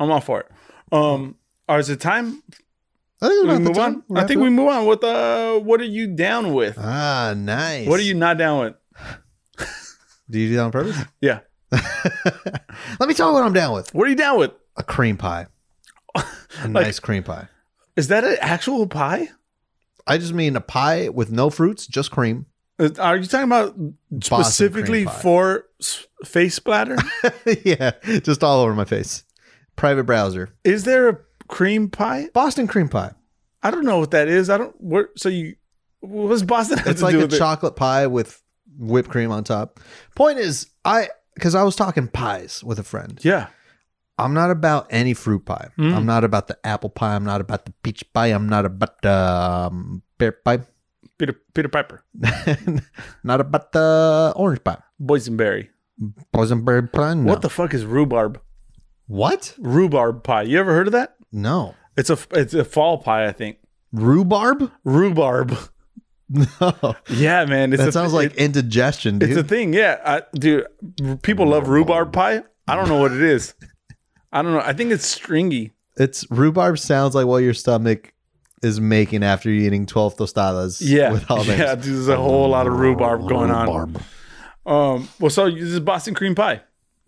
I'm all for it. Um, or is it time?
I think it's
We
about the
move
time.
on.
We're
I
wrapped
think
up.
we move on. What uh, what are you down with?
Ah, nice.
What are you not down with?
Do you do that on purpose?
Yeah,
Let me tell you what I'm down with.
what are you down with?
A cream pie. A nice cream pie.
Is that an actual pie?
I just mean a pie with no fruits, just cream.
Is- Uh, Are you talking about specifically
cream pie.
for s- face splatter?
yeah, just all over my face. Private browser.
is there a cream pie?
Boston cream pie.
I don't know what that is. I don't. What? So you? What's Boston have
It's
to
like
do
a
with it?
chocolate pie with whipped cream on top. Point is, I because I was talking pies with a friend.
Yeah.
I'm not about any fruit pie.
Mm.
I'm not about the apple pie. I'm not about the peach pie. I'm not about the um, pear pie.
Peter Peter Piper,
not about the orange pie.
boysenberry.
Boysenberry pie. No.
What the fuck is rhubarb?
What?
Rhubarb pie. You ever heard of that?
No.
It's a it's a fall pie, I think.
Rhubarb?
Rhubarb.
No.
Yeah, man. It's
that
a-
sounds like
it-
indigestion, dude.
it's a thing. Yeah, I, dude. People love rhubarb pie. I don't know what it is. I don't know. I think it's stringy.
it's rhubarb sounds like what your stomach is making after you eating 12 tostadas
Yeah,
with jalapenos.
yeah. Dude, there's a whole lot of rhubarb going on. Um. Well, so this is Boston cream pie.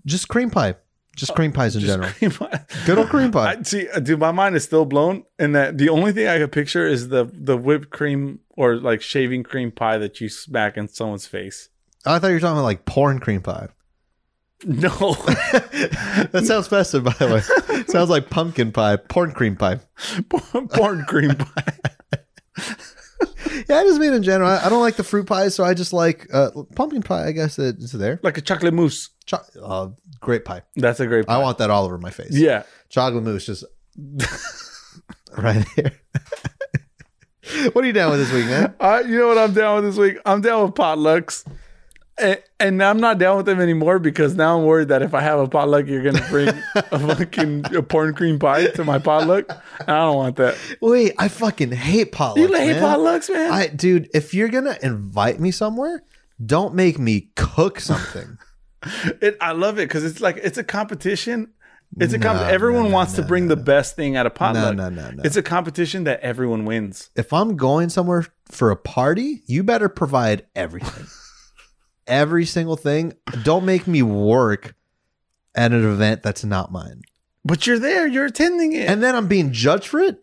Just cream pie. Just cream pies in
Just
general.
cream pie.
Good old cream pie.
I, see, uh, dude, my mind is still blown. And that the only thing I could picture is the the whipped cream or like shaving cream pie that you smack in someone's face.
I thought you were talking about like porn cream pie.
No,
that sounds festive, by the way. sounds like pumpkin pie, porn cream pie.
porn cream pie.
Yeah, I just mean in general. I, I don't like the fruit pies, so I just like uh, pumpkin pie. I guess it's there.
like a chocolate mousse.
Cho- uh, grape pie.
That's a great.
I want that all over my face.
Yeah,
chocolate mousse just right here. what are you down with this week, man?
I. You know what I'm down with this week? I'm down with potlucks, and, and I'm not down with them anymore because now I'm worried that if I have a potluck, you're gonna bring a fucking a porn cream pie to my potluck. And I don't want that.
Wait, I fucking hate potlucks.
You hate
man.
potlucks, man.
I, dude, if you're gonna invite me somewhere, don't make me cook something.
It, I love it because it's like it's a competition. It's a comp-
No,
everyone
no, no,
wants
no,
to bring the best thing out of
no,
potluck.
no, no, no.
It's a competition that everyone wins.
if I'm going somewhere for a party, you better provide everything. Every single thing. Don't make me work at an event that's not mine.
But you're there. You're attending it.
And then I'm being judged for it.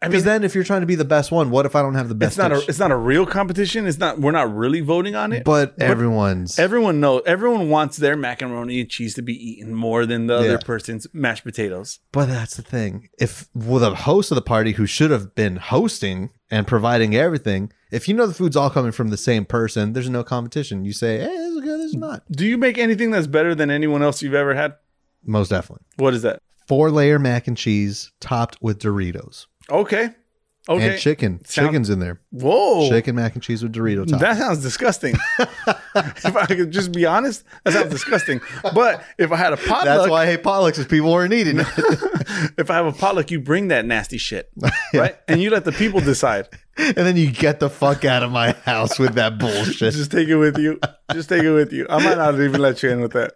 I mean,
Because then if you're trying to be the best one, what if I don't have the best
it's not a
dish?
it's not a real competition. It's not. We're not really voting on it.
but everyone's
everyone knows. Everyone wants their macaroni and cheese to be eaten more than the
Yeah.
other person's mashed potatoes.
but that's the thing. If well, the host of the party who should have been hosting and providing everything, if you know the food's all coming from the same person, there's no competition. You say, "Hey, this is good,
Mm.
this is not."
Do you make anything that's better than anyone else you've ever had?
Most definitely.
What is that?
Four-layer mac and cheese topped with Doritos
Okay. Okay.
and chicken.
Sound-
Chicken's in there.
Whoa.
Chicken mac and cheese with Dorito top.
That sounds disgusting. if I could just be honest, that sounds disgusting. But if I had a potluck,
that's why I hate potlucks is people weren't eating it.
if I have a potluck, you bring that nasty shit, right? And you let the people decide.
and then you get the fuck out of my house with that bullshit.
Just take it with you. Just take it with you. I might not even let you in with that.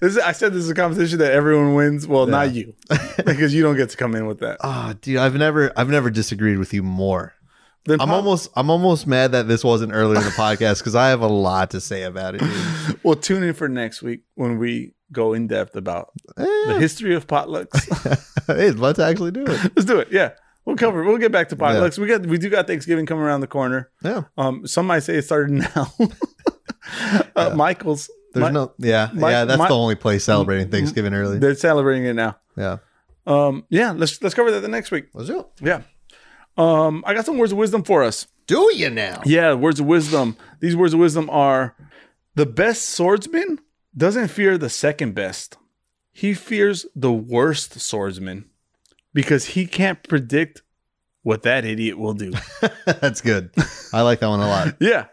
This is, I said this is a competition that everyone wins. Well, not you, because you don't get to come in with that.
Ah, dude, I've never I've never disagreed with you more.
Then
I'm
pot-
almost I'm almost mad that this wasn't earlier in the podcast because I have a lot to say about it. dude.
Well, tune in for next week when we go in depth about the
Eh,
history of potlucks.
hey, let's actually do it.
Let's do it. Yeah, we'll cover. We'll get back to potlucks. We got we do got Thanksgiving coming around the corner.
Yeah,
Um, some might say it started now. uh, Michael's.
there's
Mi-
no yeah
my-
yeah. That's
my-
the only place celebrating Thanksgiving early.
They're celebrating it now.
Yeah,
Um, yeah, let's let's cover that the next week.
let's do it.
Yeah. Um, I got some words of wisdom for us.
Do you now?
Yeah, words of wisdom. These words of wisdom are the best swordsman doesn't fear the second best. He fears the worst swordsman because he can't predict what that idiot will do.
that's good. I like that one a lot.
Yeah.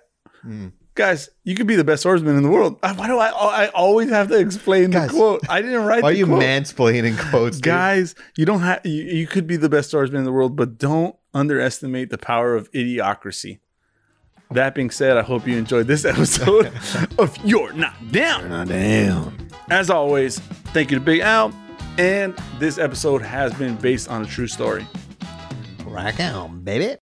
Mm.
Guys, you could be the best swordsman in the world. I- Why do I? I always have to explain
Guys,
the quote. I didn't write.
Why are
the
you
quote.
mansplaining quotes, dude?
guys? You don't have. You, you could be the best swordsman in the world, but don't underestimate the power of idiocracy. That being said, I hope you enjoyed this episode of You're Not Down.
Damn.
As always, thank you to Big Al, and this episode has been based on a true story.
Rock on, baby.